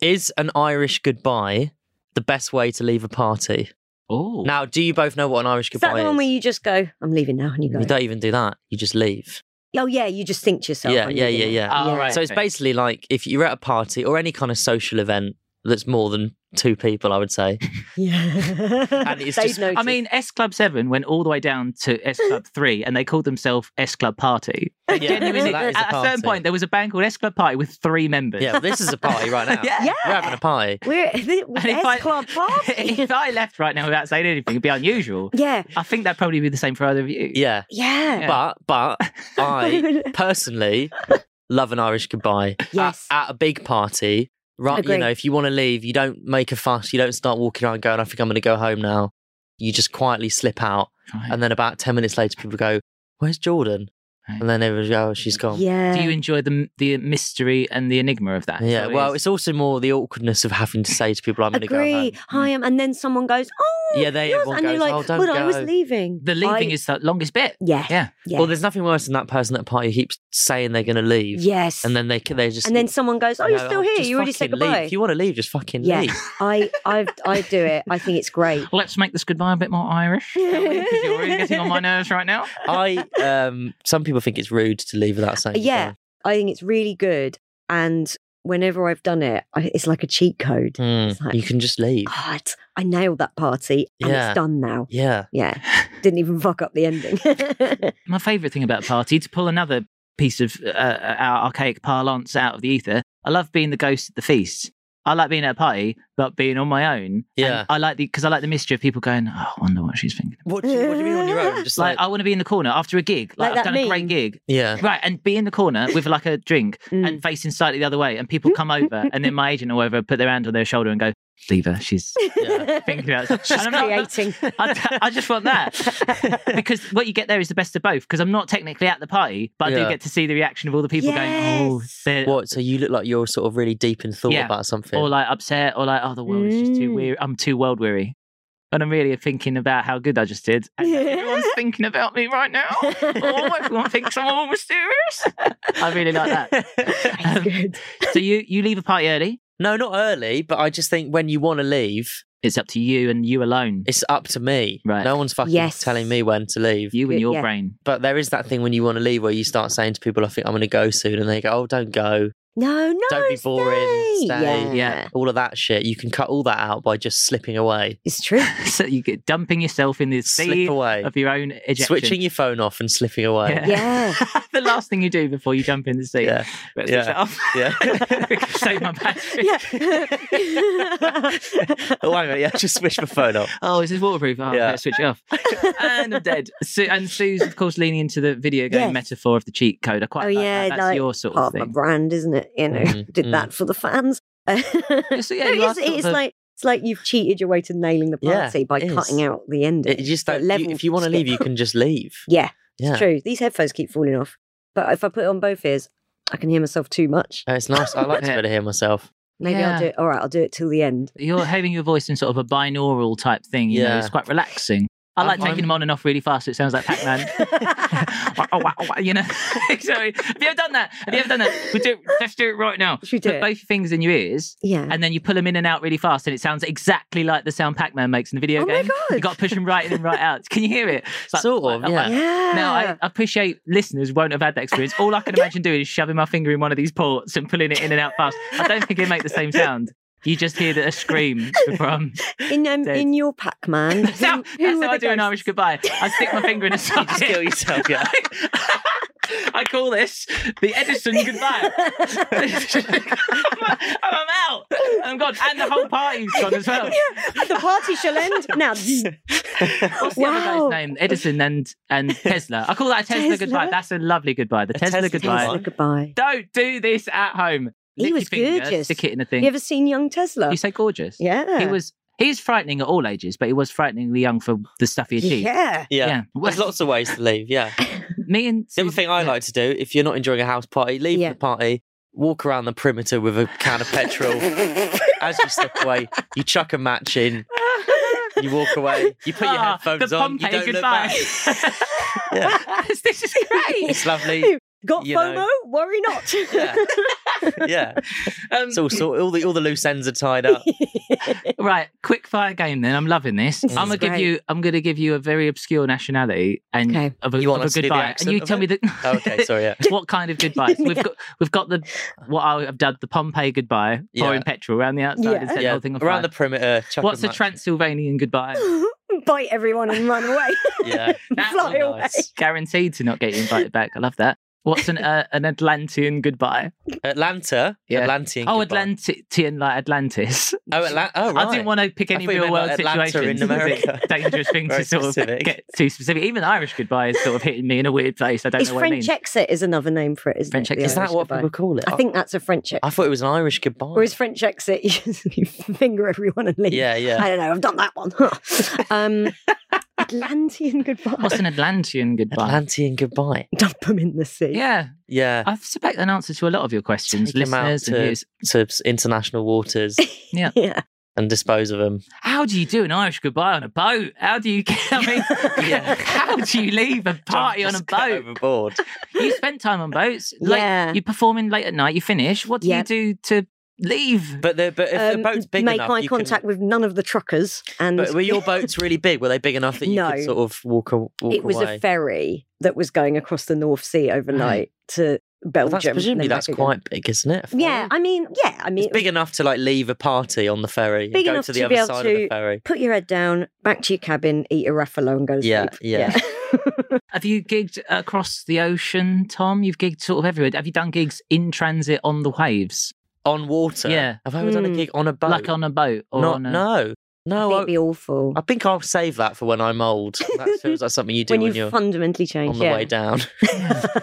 Speaker 3: Is an Irish goodbye the best way to leave a party?
Speaker 1: Oh,
Speaker 3: Now, do you both know what an Irish
Speaker 2: Is
Speaker 3: goodbye
Speaker 2: that the one where you just go, I'm leaving now, and you go,
Speaker 3: You don't even do that. You just leave.
Speaker 2: oh, yeah, you just think to yourself.
Speaker 3: yeah,
Speaker 2: "I'm
Speaker 3: yeah, yeah,
Speaker 2: leaving now."
Speaker 3: yeah.
Speaker 1: Oh, right.
Speaker 3: So it's
Speaker 1: okay.
Speaker 3: basically like if you're at a party or any kind of social event that's more than two people, I would say.
Speaker 2: Yeah.
Speaker 3: And it's
Speaker 2: They'd
Speaker 3: just-
Speaker 1: I
Speaker 2: notice.
Speaker 1: mean, S Club 7 went all the way down to S Club 3 and they called themselves S Club Party. Genuinely,
Speaker 3: so that is a
Speaker 1: at a certain
Speaker 3: party.
Speaker 1: point, there was a band called S Club Party with three members.
Speaker 3: Yeah, this is a party right now.
Speaker 1: Yeah.
Speaker 2: yeah.
Speaker 3: We're having a party.
Speaker 2: We're we're
Speaker 1: And if
Speaker 2: S
Speaker 1: I-
Speaker 2: Club Party.
Speaker 1: if I left right now without saying anything, it'd be unusual.
Speaker 2: yeah.
Speaker 1: I think that'd probably be the same for either of you.
Speaker 3: Yeah.
Speaker 2: Yeah.
Speaker 3: But but I personally love an Irish goodbye. At-
Speaker 2: Yes.
Speaker 3: At, a big party. Right,
Speaker 2: Agree.
Speaker 3: you know, if you want to leave, you don't make a fuss. You don't start walking around going, "I think I'm going to go home now." You just quietly slip out,
Speaker 1: Right.
Speaker 3: and then about ten minutes later, people go, "Where's Jordan?"
Speaker 1: Right.
Speaker 3: And then everyone goes, "Oh, she's gone."
Speaker 2: yeah.
Speaker 1: Do you enjoy the the mystery and the enigma of that? Is
Speaker 3: Yeah,
Speaker 1: that what it
Speaker 3: well,
Speaker 1: is?
Speaker 3: it's also more the awkwardness of having to say to people, "I'm going to go home." Mm.
Speaker 2: Agree. Hi, I'm, and then someone goes, oh,
Speaker 3: Yeah, they-
Speaker 2: yours,"
Speaker 3: everyone
Speaker 2: and you're
Speaker 3: goes,
Speaker 2: like,
Speaker 3: "Oh, don't
Speaker 2: but I was
Speaker 3: go."
Speaker 2: leaving.
Speaker 1: the leaving
Speaker 2: I-
Speaker 1: is the longest bit.
Speaker 2: yeah, yeah,
Speaker 1: Yeah.
Speaker 3: Well, there's nothing worse than that person at a party who keeps saying they're going to leave,
Speaker 2: yes,
Speaker 3: and then they they just
Speaker 2: and then someone goes, oh, you're
Speaker 3: go,
Speaker 2: still here.
Speaker 3: just
Speaker 2: You already said
Speaker 3: fucking leave.
Speaker 2: goodbye.
Speaker 3: If you want to leave, just fucking
Speaker 2: yeah,
Speaker 3: leave.
Speaker 2: I, I, I do it. I think it's great.
Speaker 1: Let's make this goodbye a bit more Irish. shall we? 'Cause you're really getting on my nerves right now.
Speaker 3: I um some people think it's rude to leave without saying
Speaker 2: Yeah, I think it's really good. And whenever I've done it, I, it's like a cheat code.
Speaker 3: goodbye.
Speaker 2: It's
Speaker 3: Hmm,
Speaker 2: like-
Speaker 3: you can just leave.
Speaker 2: God, I nailed that party, and
Speaker 3: Yeah.
Speaker 2: it's done now.
Speaker 3: Yeah.
Speaker 2: Yeah, didn't even fuck up the ending.
Speaker 1: My favourite thing about a party, to pull another piece of uh, uh, our archaic parlance out of the ether, I love being the ghost at the feast. I like being at a party, but being on my own.
Speaker 3: Yeah.
Speaker 1: And I like the because I like the mystery of people going. Oh, I wonder what she's thinking.
Speaker 3: What do, you, what do you mean on your own? Just
Speaker 1: Like,
Speaker 3: like,
Speaker 1: I want to be in the corner after a gig. Like,
Speaker 2: Like
Speaker 1: I've
Speaker 2: that
Speaker 1: done a great
Speaker 2: meme.
Speaker 1: gig,
Speaker 3: yeah.
Speaker 1: right? And be in the corner with like a drink
Speaker 2: Mm.
Speaker 1: and facing slightly the other way, and people come over, and then my agent or whatever put their hand on their shoulder and go, "Leave her. She's
Speaker 3: Yeah.
Speaker 1: thinking about it." And I'm not-
Speaker 2: creating.
Speaker 1: I, I just want that because what you get there is the best of both. Because I'm not technically at the party, but I do
Speaker 3: Yeah.
Speaker 1: get to see the reaction of all the people going, "Oh,
Speaker 2: Yes.
Speaker 1: they're
Speaker 3: What? So you look like you're sort of really deep in thought
Speaker 1: Yeah.
Speaker 3: about something.
Speaker 1: or like upset, or like, oh, the world is just too
Speaker 2: Mm.
Speaker 1: weary. I'm too world weary." And I'm really thinking about how good I just did. And everyone's thinking about me right now. Oh, everyone thinks I'm all mysterious. I really like that.
Speaker 2: That's
Speaker 1: Um,
Speaker 2: good.
Speaker 1: so you you leave a party early.
Speaker 3: no, not early, but I just think when you want to leave,
Speaker 1: It's up to you and you alone.
Speaker 3: it's up to me.
Speaker 1: Right.
Speaker 3: No one's fucking
Speaker 2: Yes.
Speaker 3: telling me when to leave.
Speaker 1: you and your
Speaker 2: yeah.
Speaker 1: brain.
Speaker 3: but there is that thing when you want to leave where you start saying to people, I think I'm going to go soon. And they go, Oh, don't go.
Speaker 2: No, no.
Speaker 3: Don't be boring.
Speaker 2: Stay.
Speaker 3: Stay.
Speaker 2: Yeah.
Speaker 1: Yeah.
Speaker 3: All of that shit. You can cut all that out by just slipping away.
Speaker 2: It's true.
Speaker 1: So you get dumping yourself in the sea
Speaker 3: Slip away.
Speaker 1: of your own ejection.
Speaker 3: Switching your phone off and slipping away.
Speaker 1: Yeah.
Speaker 2: Yeah.
Speaker 1: the last thing you do before you jump in the sea.
Speaker 3: Yeah.
Speaker 1: Better
Speaker 3: Yeah.
Speaker 1: switch it off.
Speaker 3: Yeah.
Speaker 1: Save my battery.
Speaker 3: oh, hang on. Yeah, just switch my phone off.
Speaker 1: Oh, is this waterproof? Oh,
Speaker 3: Yeah.
Speaker 1: better switch it off. and I'm dead. Su- and Sue's, of course, leaning into the video game
Speaker 2: Yes.
Speaker 1: metaphor of the cheat code. I quite
Speaker 2: oh
Speaker 1: like
Speaker 2: yeah,
Speaker 1: that. That's
Speaker 2: like
Speaker 1: your sort of
Speaker 2: part of my
Speaker 1: thing.
Speaker 2: brand, isn't it? You know,
Speaker 3: Mm,
Speaker 2: did
Speaker 3: mm.
Speaker 2: that for the fans.
Speaker 1: so, yeah,
Speaker 2: No,
Speaker 1: you are
Speaker 2: it is,
Speaker 1: sort
Speaker 2: it is
Speaker 1: of-
Speaker 2: like it's like you've cheated your way to nailing the
Speaker 3: Yeah,
Speaker 2: party by
Speaker 3: it is.
Speaker 2: cutting out the ending.
Speaker 3: It just
Speaker 2: The
Speaker 3: don't, you,
Speaker 2: level
Speaker 3: if you want to
Speaker 2: skip.
Speaker 3: leave, you can just leave.
Speaker 2: Yeah,
Speaker 3: Yeah.
Speaker 2: it's true. These headphones keep falling off, but if I put it on both ears, I can hear myself too much.
Speaker 3: Oh, it's nice. I like to be able to hear myself.
Speaker 2: Maybe
Speaker 1: Yeah.
Speaker 2: I'll do it. All right, I'll do it till the end.
Speaker 1: You're having your voice in sort of a binaural type thing. You know,
Speaker 3: Yeah.
Speaker 1: it's quite relaxing. I like
Speaker 3: I'm-
Speaker 1: taking them on and off really fast. so It sounds like Pac Man. you know, sorry. Have you ever done that? Have you ever done that? We do. Let's do it right now.
Speaker 2: Should we do
Speaker 1: Put
Speaker 2: it?
Speaker 1: both your fingers in your ears.
Speaker 2: Yeah.
Speaker 1: And then you pull them in and out really fast, and it sounds exactly like the sound Pac-Man makes in the video
Speaker 2: Oh my
Speaker 1: game.
Speaker 2: God.
Speaker 1: You got to push them right in and right out. Can you hear it? It's
Speaker 3: Sort of,
Speaker 1: wah, wah,
Speaker 3: yeah.
Speaker 1: wah.
Speaker 2: yeah.
Speaker 1: uh, Now, I appreciate listeners won't have had that experience. All I can imagine doing is shoving my finger in one of these ports and pulling it in and out fast. I don't think it'd make the same sound. You just hear the, a scream from.
Speaker 2: in um,
Speaker 1: Dead.
Speaker 2: in your Pac-Man.
Speaker 1: That's how,
Speaker 2: who- who
Speaker 1: that's
Speaker 2: were
Speaker 1: how I
Speaker 2: the
Speaker 1: do an
Speaker 2: ghosts?
Speaker 1: Irish goodbye. I stick my finger in a socket.
Speaker 3: just kill yourself, yeah.
Speaker 1: I call this the Edison goodbye. I'm, I'm out. I'm gone. And the whole party's gone as well.
Speaker 2: the party shall end now.
Speaker 1: What's the
Speaker 2: wow.
Speaker 1: other guy's name? Edison and, and Tesla. I call that a Tesla,
Speaker 2: Tesla?
Speaker 1: goodbye. That's a lovely goodbye. The Tesla,
Speaker 3: Tesla
Speaker 1: goodbye.
Speaker 2: Tesla, goodbye.
Speaker 1: Don't do this at home.
Speaker 2: He
Speaker 1: Lick
Speaker 2: was
Speaker 1: your finger,
Speaker 2: gorgeous.
Speaker 1: Stick it in a thing.
Speaker 2: You ever seen young Tesla?
Speaker 1: You say gorgeous.
Speaker 2: yeah.
Speaker 1: He was. He's frightening at all ages, but he was frighteningly young for the stuff he achieved.
Speaker 2: Yeah.
Speaker 1: Yeah.
Speaker 3: Yeah. There's lots of ways to leave, yeah.
Speaker 1: Me and
Speaker 3: The other thing I like to do, if you're not enjoying a house party, leave
Speaker 2: Yeah.
Speaker 3: the party, walk around the perimeter with a can of petrol. As you step away, you chuck a match in, you walk away, you put your
Speaker 1: Ah,
Speaker 3: headphones
Speaker 1: the
Speaker 3: on, you
Speaker 1: Pompeii
Speaker 3: don't look
Speaker 1: goodbye.
Speaker 3: back.
Speaker 1: this is great.
Speaker 3: It's lovely.
Speaker 2: Got
Speaker 3: You
Speaker 2: FOMO?
Speaker 3: know.
Speaker 2: Worry not.
Speaker 3: Yeah. Yeah.
Speaker 1: Um,
Speaker 3: It's all, sort, all, the, all the loose ends are tied up.
Speaker 1: right, quick fire game. Then I'm loving this.
Speaker 2: This
Speaker 1: I'm gonna
Speaker 2: is
Speaker 1: give
Speaker 2: great.
Speaker 1: you. I'm gonna give you a very obscure nationality and
Speaker 2: Okay.
Speaker 1: of a,
Speaker 3: You want
Speaker 1: of
Speaker 3: us
Speaker 1: a
Speaker 3: to do the
Speaker 1: goodbye, and
Speaker 3: accent
Speaker 1: you
Speaker 3: of
Speaker 1: tell me that.
Speaker 3: Oh, okay, sorry, yeah.
Speaker 1: what kind of goodbye? So we've got we've got the what I've done the Pompeii goodbye,
Speaker 3: Yeah.
Speaker 1: pouring petrol around the outside
Speaker 2: Yeah.
Speaker 1: and set the
Speaker 3: yeah.
Speaker 1: whole thing on
Speaker 3: Around
Speaker 1: fire.
Speaker 3: the perimeter, chuck
Speaker 1: What's
Speaker 3: a
Speaker 1: a
Speaker 3: match.
Speaker 1: Transylvanian goodbye?
Speaker 2: Bite everyone and run away.
Speaker 3: Yeah.
Speaker 1: That's
Speaker 2: Fly
Speaker 3: nice.
Speaker 2: away.
Speaker 1: Guaranteed to not get you invited back. I love that. What's an uh, an Atlantean goodbye?
Speaker 3: Atlanta.
Speaker 1: Yeah.
Speaker 3: Atlantean.
Speaker 1: Oh,
Speaker 3: goodbye.
Speaker 1: Atlantean like Atlantis.
Speaker 3: Oh, Atla- oh, right.
Speaker 1: I didn't want to pick
Speaker 3: I
Speaker 1: any
Speaker 3: thought you
Speaker 1: real
Speaker 3: meant,
Speaker 1: world
Speaker 3: like, Atlanta
Speaker 1: situations.
Speaker 3: in
Speaker 1: It's a bit
Speaker 3: America.
Speaker 1: dangerous thing to
Speaker 3: Very
Speaker 1: sort of
Speaker 3: specific.
Speaker 1: get too specific. Even Irish goodbye is sort of hitting me in a weird place. I don't
Speaker 2: It's
Speaker 1: know what it
Speaker 2: French
Speaker 1: means.
Speaker 2: exit is another name for it, isn't
Speaker 1: French
Speaker 2: it? The
Speaker 1: exit.
Speaker 3: Is that
Speaker 2: Irish
Speaker 3: what
Speaker 2: goodbye.
Speaker 3: people call it?
Speaker 2: I think that's a French exit.
Speaker 3: I thought it was an Irish goodbye.
Speaker 2: or is French exit you finger everyone and leave?
Speaker 3: Yeah, yeah.
Speaker 2: I don't know. I've done that one. um, Atlantean goodbye.
Speaker 1: What's an Atlantean goodbye?
Speaker 3: Atlantean goodbye.
Speaker 2: Dump them in the sea.
Speaker 1: yeah,
Speaker 3: Yeah.
Speaker 1: I suspect an answer to a lot of your questions,
Speaker 3: Take 'em out
Speaker 1: listeners. and
Speaker 3: to-
Speaker 1: viewers.
Speaker 3: to s- international waters
Speaker 2: Yeah.
Speaker 3: and dispose of them.
Speaker 1: How do you do an Irish goodbye on a boat? How do you? I mean,
Speaker 3: Yeah.
Speaker 1: how do you leave a party on a
Speaker 3: Just cut
Speaker 1: boat?
Speaker 3: Overboard.
Speaker 1: You spent time on boats. Like,
Speaker 2: Yeah.
Speaker 1: You perform in late at night. You finish. What do
Speaker 2: Yeah.
Speaker 1: you do to leave?
Speaker 3: But the but if the
Speaker 2: Um,
Speaker 3: boat's big
Speaker 2: make
Speaker 3: enough,
Speaker 2: eye
Speaker 3: you can-
Speaker 2: contact with none of the truckers. And
Speaker 3: But were your boats really big? Were they big enough that you
Speaker 2: No.
Speaker 3: could sort of walk, a, walk
Speaker 2: it was
Speaker 3: away?
Speaker 2: a ferry that was going across the North Sea overnight to
Speaker 3: Well,
Speaker 2: Belgium.
Speaker 3: that's presumably
Speaker 2: then
Speaker 3: that's
Speaker 2: back again.
Speaker 3: quite big, isn't it? a
Speaker 2: Yeah,
Speaker 3: ferry?
Speaker 2: I mean, yeah, I mean,
Speaker 3: it's big enough to like leave a party on the ferry, and
Speaker 2: Big
Speaker 3: go
Speaker 2: enough
Speaker 3: to the
Speaker 2: to
Speaker 3: other
Speaker 2: be able
Speaker 3: side of the
Speaker 2: to-
Speaker 3: ferry.
Speaker 2: put your head down, back to your cabin, eat a raffalo, and go to
Speaker 3: Yeah,
Speaker 2: sleep.
Speaker 3: yeah.
Speaker 1: Have you gigged across the ocean, Tom? You've gigged sort of everywhere. Have you done gigs in transit on the waves,
Speaker 3: on water.
Speaker 1: Yeah.
Speaker 3: have I ever done a
Speaker 2: Mm.
Speaker 3: gig on a boat?
Speaker 1: like on a boat or
Speaker 3: Not,
Speaker 1: on a...
Speaker 3: no,
Speaker 2: I
Speaker 3: no.
Speaker 2: think
Speaker 3: I,
Speaker 2: it'd be awful
Speaker 3: Oh, I think I'll save that for when I'm old. That feels like something you do
Speaker 2: when
Speaker 3: when,
Speaker 2: you
Speaker 3: you're
Speaker 2: fundamentally change.
Speaker 3: on the
Speaker 2: yeah.
Speaker 3: way down.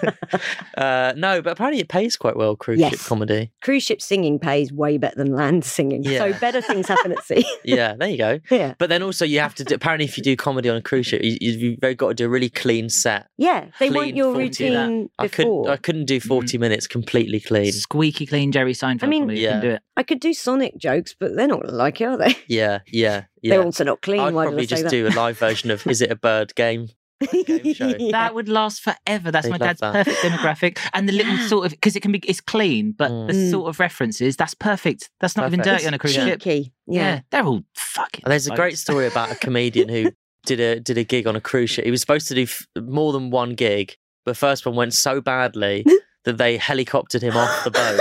Speaker 3: uh, no, but apparently it pays quite well. Cruise ship
Speaker 2: Yes.
Speaker 3: comedy.
Speaker 2: Cruise ship singing pays way better than land singing, so
Speaker 3: Yeah.
Speaker 2: better things happen at sea.
Speaker 3: Yeah, there you go.
Speaker 2: yeah,
Speaker 3: But then also you have to do, apparently if you do comedy on a cruise ship, you, you've very got to do a really clean set.
Speaker 2: yeah. They want
Speaker 3: Clean
Speaker 2: your
Speaker 3: 40 that.
Speaker 2: routine
Speaker 3: I couldn't
Speaker 2: before. Mm-hmm.
Speaker 3: I couldn't do 40 minutes completely clean.
Speaker 1: Squeaky clean Jerry Seinfeld.
Speaker 2: I mean-
Speaker 1: comedy, you
Speaker 3: Yeah.
Speaker 1: can do it.
Speaker 2: I could do Sonic jokes, but they're not going to like it, are they?
Speaker 3: Yeah, yeah,
Speaker 2: They're
Speaker 3: yeah.
Speaker 2: also not clean.
Speaker 3: I'd
Speaker 2: Why did I
Speaker 3: probably
Speaker 2: say
Speaker 3: just
Speaker 2: that?
Speaker 3: do a live version of Is It a Bird game. game show.
Speaker 2: Yeah.
Speaker 1: That would last forever. That's
Speaker 3: They'd
Speaker 1: my
Speaker 3: love
Speaker 1: dad's
Speaker 3: that.
Speaker 1: perfect demographic. And the little
Speaker 2: Yeah.
Speaker 1: sort of because it can be it's clean, but the
Speaker 2: Mm.
Speaker 1: sort of references that's perfect. That's not even
Speaker 3: Perfect.
Speaker 1: dirty on a cruise ship.
Speaker 2: cheeky. Yeah.
Speaker 1: they're all fucking.
Speaker 3: And there's a great
Speaker 1: boats.
Speaker 3: story about a comedian who did a did a gig on a cruise ship. He was supposed to do f- more than one gig, but the first one went so badly that they helicoptered him off the boat.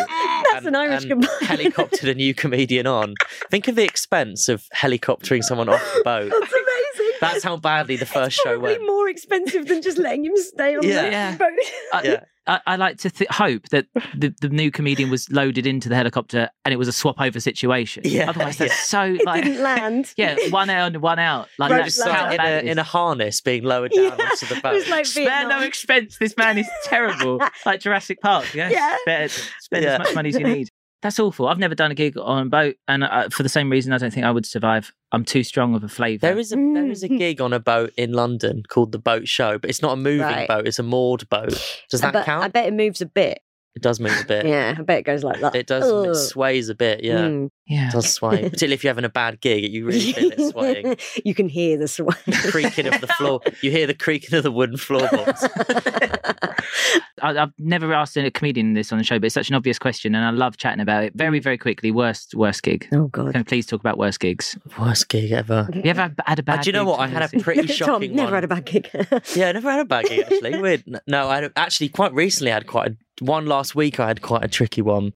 Speaker 2: That's an Irish
Speaker 3: and
Speaker 2: goodbye.
Speaker 3: Helicoptered a new comedian on. Think of the expense of helicoptering someone off the boat.
Speaker 2: That's amazing.
Speaker 3: That's how badly the first
Speaker 2: it's
Speaker 3: show
Speaker 2: probably
Speaker 3: went.
Speaker 2: more expensive than just letting him stay on
Speaker 3: Yeah.
Speaker 2: the
Speaker 1: Yeah.
Speaker 2: boat.
Speaker 1: I,
Speaker 3: Yeah.
Speaker 1: I, I like to th- hope that the, the new comedian was loaded into the helicopter and it was a swap over situation.
Speaker 3: Yeah,
Speaker 1: Otherwise, that's
Speaker 3: yeah.
Speaker 1: so
Speaker 2: It
Speaker 1: like
Speaker 2: didn't land.
Speaker 1: yeah, one out and one out. Like
Speaker 2: Right,
Speaker 3: They
Speaker 2: Road
Speaker 1: that's
Speaker 3: just
Speaker 2: like
Speaker 1: how
Speaker 3: sat in
Speaker 1: bad it
Speaker 3: a,
Speaker 1: is.
Speaker 3: in a harness being lowered
Speaker 2: Yeah.
Speaker 3: down onto the
Speaker 2: It was
Speaker 3: boat.
Speaker 2: like
Speaker 1: Spare no
Speaker 2: Vietnam.
Speaker 1: expense. This man is terrible. like Jurassic Park. Yeah.
Speaker 2: Yeah.
Speaker 1: Spare, spend
Speaker 3: Yeah.
Speaker 1: as much money as you need. That's awful. I've never done a gig on a boat. And uh, for the same reason, I don't think I would survive. I'm too strong of a flavour.
Speaker 3: There is a there is a
Speaker 2: Mm.
Speaker 3: gig on a boat in London called the Boat Show, but it's not a moving
Speaker 2: Right.
Speaker 3: boat; it's a moored boat. Does that
Speaker 2: I bet, I
Speaker 3: count?
Speaker 2: bet it moves a bit.
Speaker 3: It does move a bit.
Speaker 2: Yeah, I bet it goes like that.
Speaker 3: It does.
Speaker 2: Ugh.
Speaker 3: It sways a bit. Yeah.
Speaker 2: Mm.
Speaker 1: Yeah.
Speaker 3: It does sway. Particularly if you're having a bad gig, you really feel it swaying.
Speaker 2: you can hear the sway.
Speaker 3: The creaking of the floor. You hear the creaking of the wooden floorboards.
Speaker 1: I, I've never asked a comedian this on the show, but it's such an obvious question, and I love chatting about it. Very, very quickly. Worst, worst gig. Can
Speaker 2: oh God.
Speaker 1: we please talk about worst gigs?
Speaker 3: Worst gig ever.
Speaker 1: Have you ever had- had a bad?
Speaker 3: Uh, do you know
Speaker 1: gig,
Speaker 3: what? I had a
Speaker 1: Lucy?
Speaker 3: pretty
Speaker 2: Tom
Speaker 3: shocking
Speaker 2: never
Speaker 3: one.
Speaker 2: had a bad gig.
Speaker 3: Yeah, I never had a bad gig actually. Weird. N- No, I had- actually quite recently had quite a, one last week. I had quite a tricky one.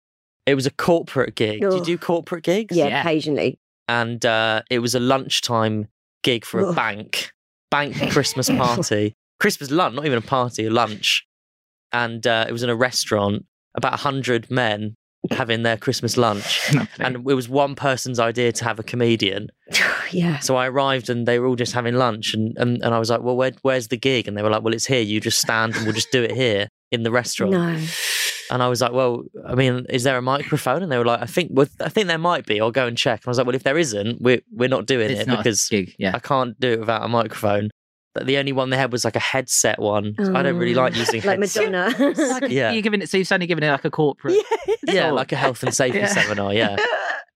Speaker 3: It was a corporate gig. Do you
Speaker 2: Ugh.
Speaker 3: do corporate gigs?
Speaker 2: yeah,
Speaker 1: Yeah.
Speaker 2: occasionally.
Speaker 3: And uh, it was a lunchtime gig for a
Speaker 2: Ugh.
Speaker 3: bank, bank Christmas party, Christmas lunch, not even a party, a lunch. And uh, it was in a restaurant. About hundred men having their Christmas lunch.
Speaker 1: Lovely.
Speaker 3: And it was one person's idea to have a comedian.
Speaker 2: yeah.
Speaker 3: So I arrived and they were all just having lunch and, and, and I was like, well, where, where's the gig? And they were like, well, it's here. You just stand and we'll just do it here in the restaurant.
Speaker 2: No.
Speaker 3: And I was like, well, I mean, is there a microphone? And they were like, I think well, I think there might be. I'll go and check. And I was like, well, if there isn't, we're, we're not doing
Speaker 1: it's
Speaker 3: it
Speaker 1: not
Speaker 3: because
Speaker 1: a gig. Yeah.
Speaker 3: I can't do it without a microphone. But the only one they had was like a headset one. So I don't really like
Speaker 1: Oh.
Speaker 3: using
Speaker 2: Like
Speaker 3: headsets.
Speaker 2: Madonna.
Speaker 3: Yeah.
Speaker 1: You're giving it. So you've suddenly given it like a corporate.
Speaker 3: yeah,
Speaker 1: Oh.
Speaker 3: like a health and safety
Speaker 1: Yeah.
Speaker 3: seminar. Yeah,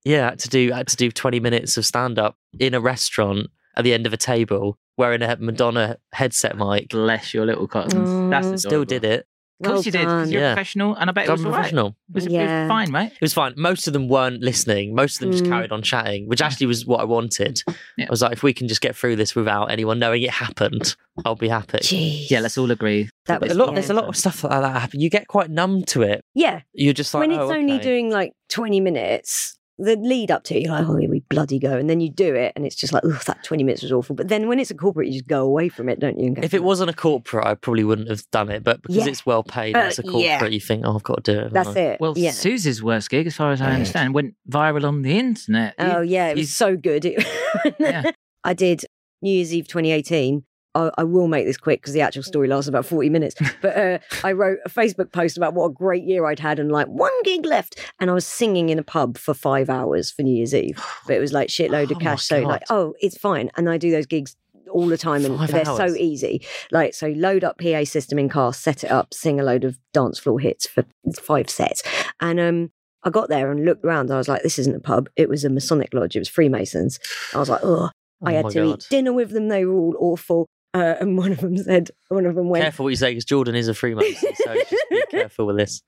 Speaker 3: yeah. I had to do I had to do twenty minutes of stand up in a restaurant at the end of a table wearing a Madonna headset mic.
Speaker 1: Bless your little cottons. That's
Speaker 2: Mm.
Speaker 1: adorable.
Speaker 3: Still did it.
Speaker 1: Of course
Speaker 2: Well
Speaker 1: you did. 'cause
Speaker 2: done.
Speaker 1: You're
Speaker 3: Yeah.
Speaker 1: a professional, and I bet it
Speaker 3: I'm
Speaker 1: was all right.
Speaker 3: professional.
Speaker 1: It was, it
Speaker 2: Yeah.
Speaker 1: was fine, right?
Speaker 3: It was fine. Most of them weren't listening. Most of them just
Speaker 2: Mm.
Speaker 3: carried on chatting, which actually was what I wanted.
Speaker 1: Yeah.
Speaker 3: I was like, if we can just get through this without anyone knowing it happened, I'll be happy.
Speaker 2: Jeez.
Speaker 1: Yeah, let's all agree.
Speaker 2: That
Speaker 3: But
Speaker 2: was
Speaker 3: a lot,
Speaker 2: yeah.
Speaker 3: there's a lot of stuff like that happen. You get quite numb to it.
Speaker 2: Yeah.
Speaker 3: You're just like,
Speaker 2: when it's
Speaker 3: "Oh,
Speaker 2: only
Speaker 3: okay."
Speaker 2: doing like 20 minutes, the lead up to it, you're like, oh, here we bloody go. And then you do it, and it's just like, oh, that 20 minutes was awful. But then when it's a corporate, you just go away from it, don't you? And go,
Speaker 3: If it wasn't a corporate, I probably wouldn't have done it. But because
Speaker 2: Yeah.
Speaker 3: it's well paid,
Speaker 2: Uh,
Speaker 3: and it's a corporate.
Speaker 2: yeah.
Speaker 3: You think, oh, I've got to do it. haven't
Speaker 2: that's
Speaker 3: I?"
Speaker 2: it.
Speaker 1: Well,
Speaker 2: yeah.
Speaker 1: Susie's worst gig, as far as I understand, went viral on the internet.
Speaker 2: Oh, yeah. It
Speaker 1: you-
Speaker 2: was so good. It-
Speaker 1: Yeah.
Speaker 2: I did New Year's Eve 2018. I, I will make this quick because the actual story lasts about 40 minutes. But uh, I wrote a Facebook post about what a great year I'd had and like one gig left. And I was singing in a pub for five hours for New Year's Eve. But it was like shitload
Speaker 3: Oh
Speaker 2: of
Speaker 3: my
Speaker 2: cash. So, like,
Speaker 3: God.
Speaker 2: oh, it's fine. And I do those gigs all the time and
Speaker 3: Five
Speaker 2: they're
Speaker 3: hours.
Speaker 2: so easy. Like, so load up PA system in car, set it up, sing a load of dance floor hits for five sets. And um, I got there and looked around. I was like, this isn't a pub. It was a Masonic lodge. It was Freemasons. I was like, oh, I
Speaker 3: Oh
Speaker 2: had
Speaker 3: my
Speaker 2: to
Speaker 3: God.
Speaker 2: eat dinner with them. They were all awful. Uh, and one of them said, one of them went,
Speaker 3: Careful what you say, because Jordan is a Freemason, so just be careful with this.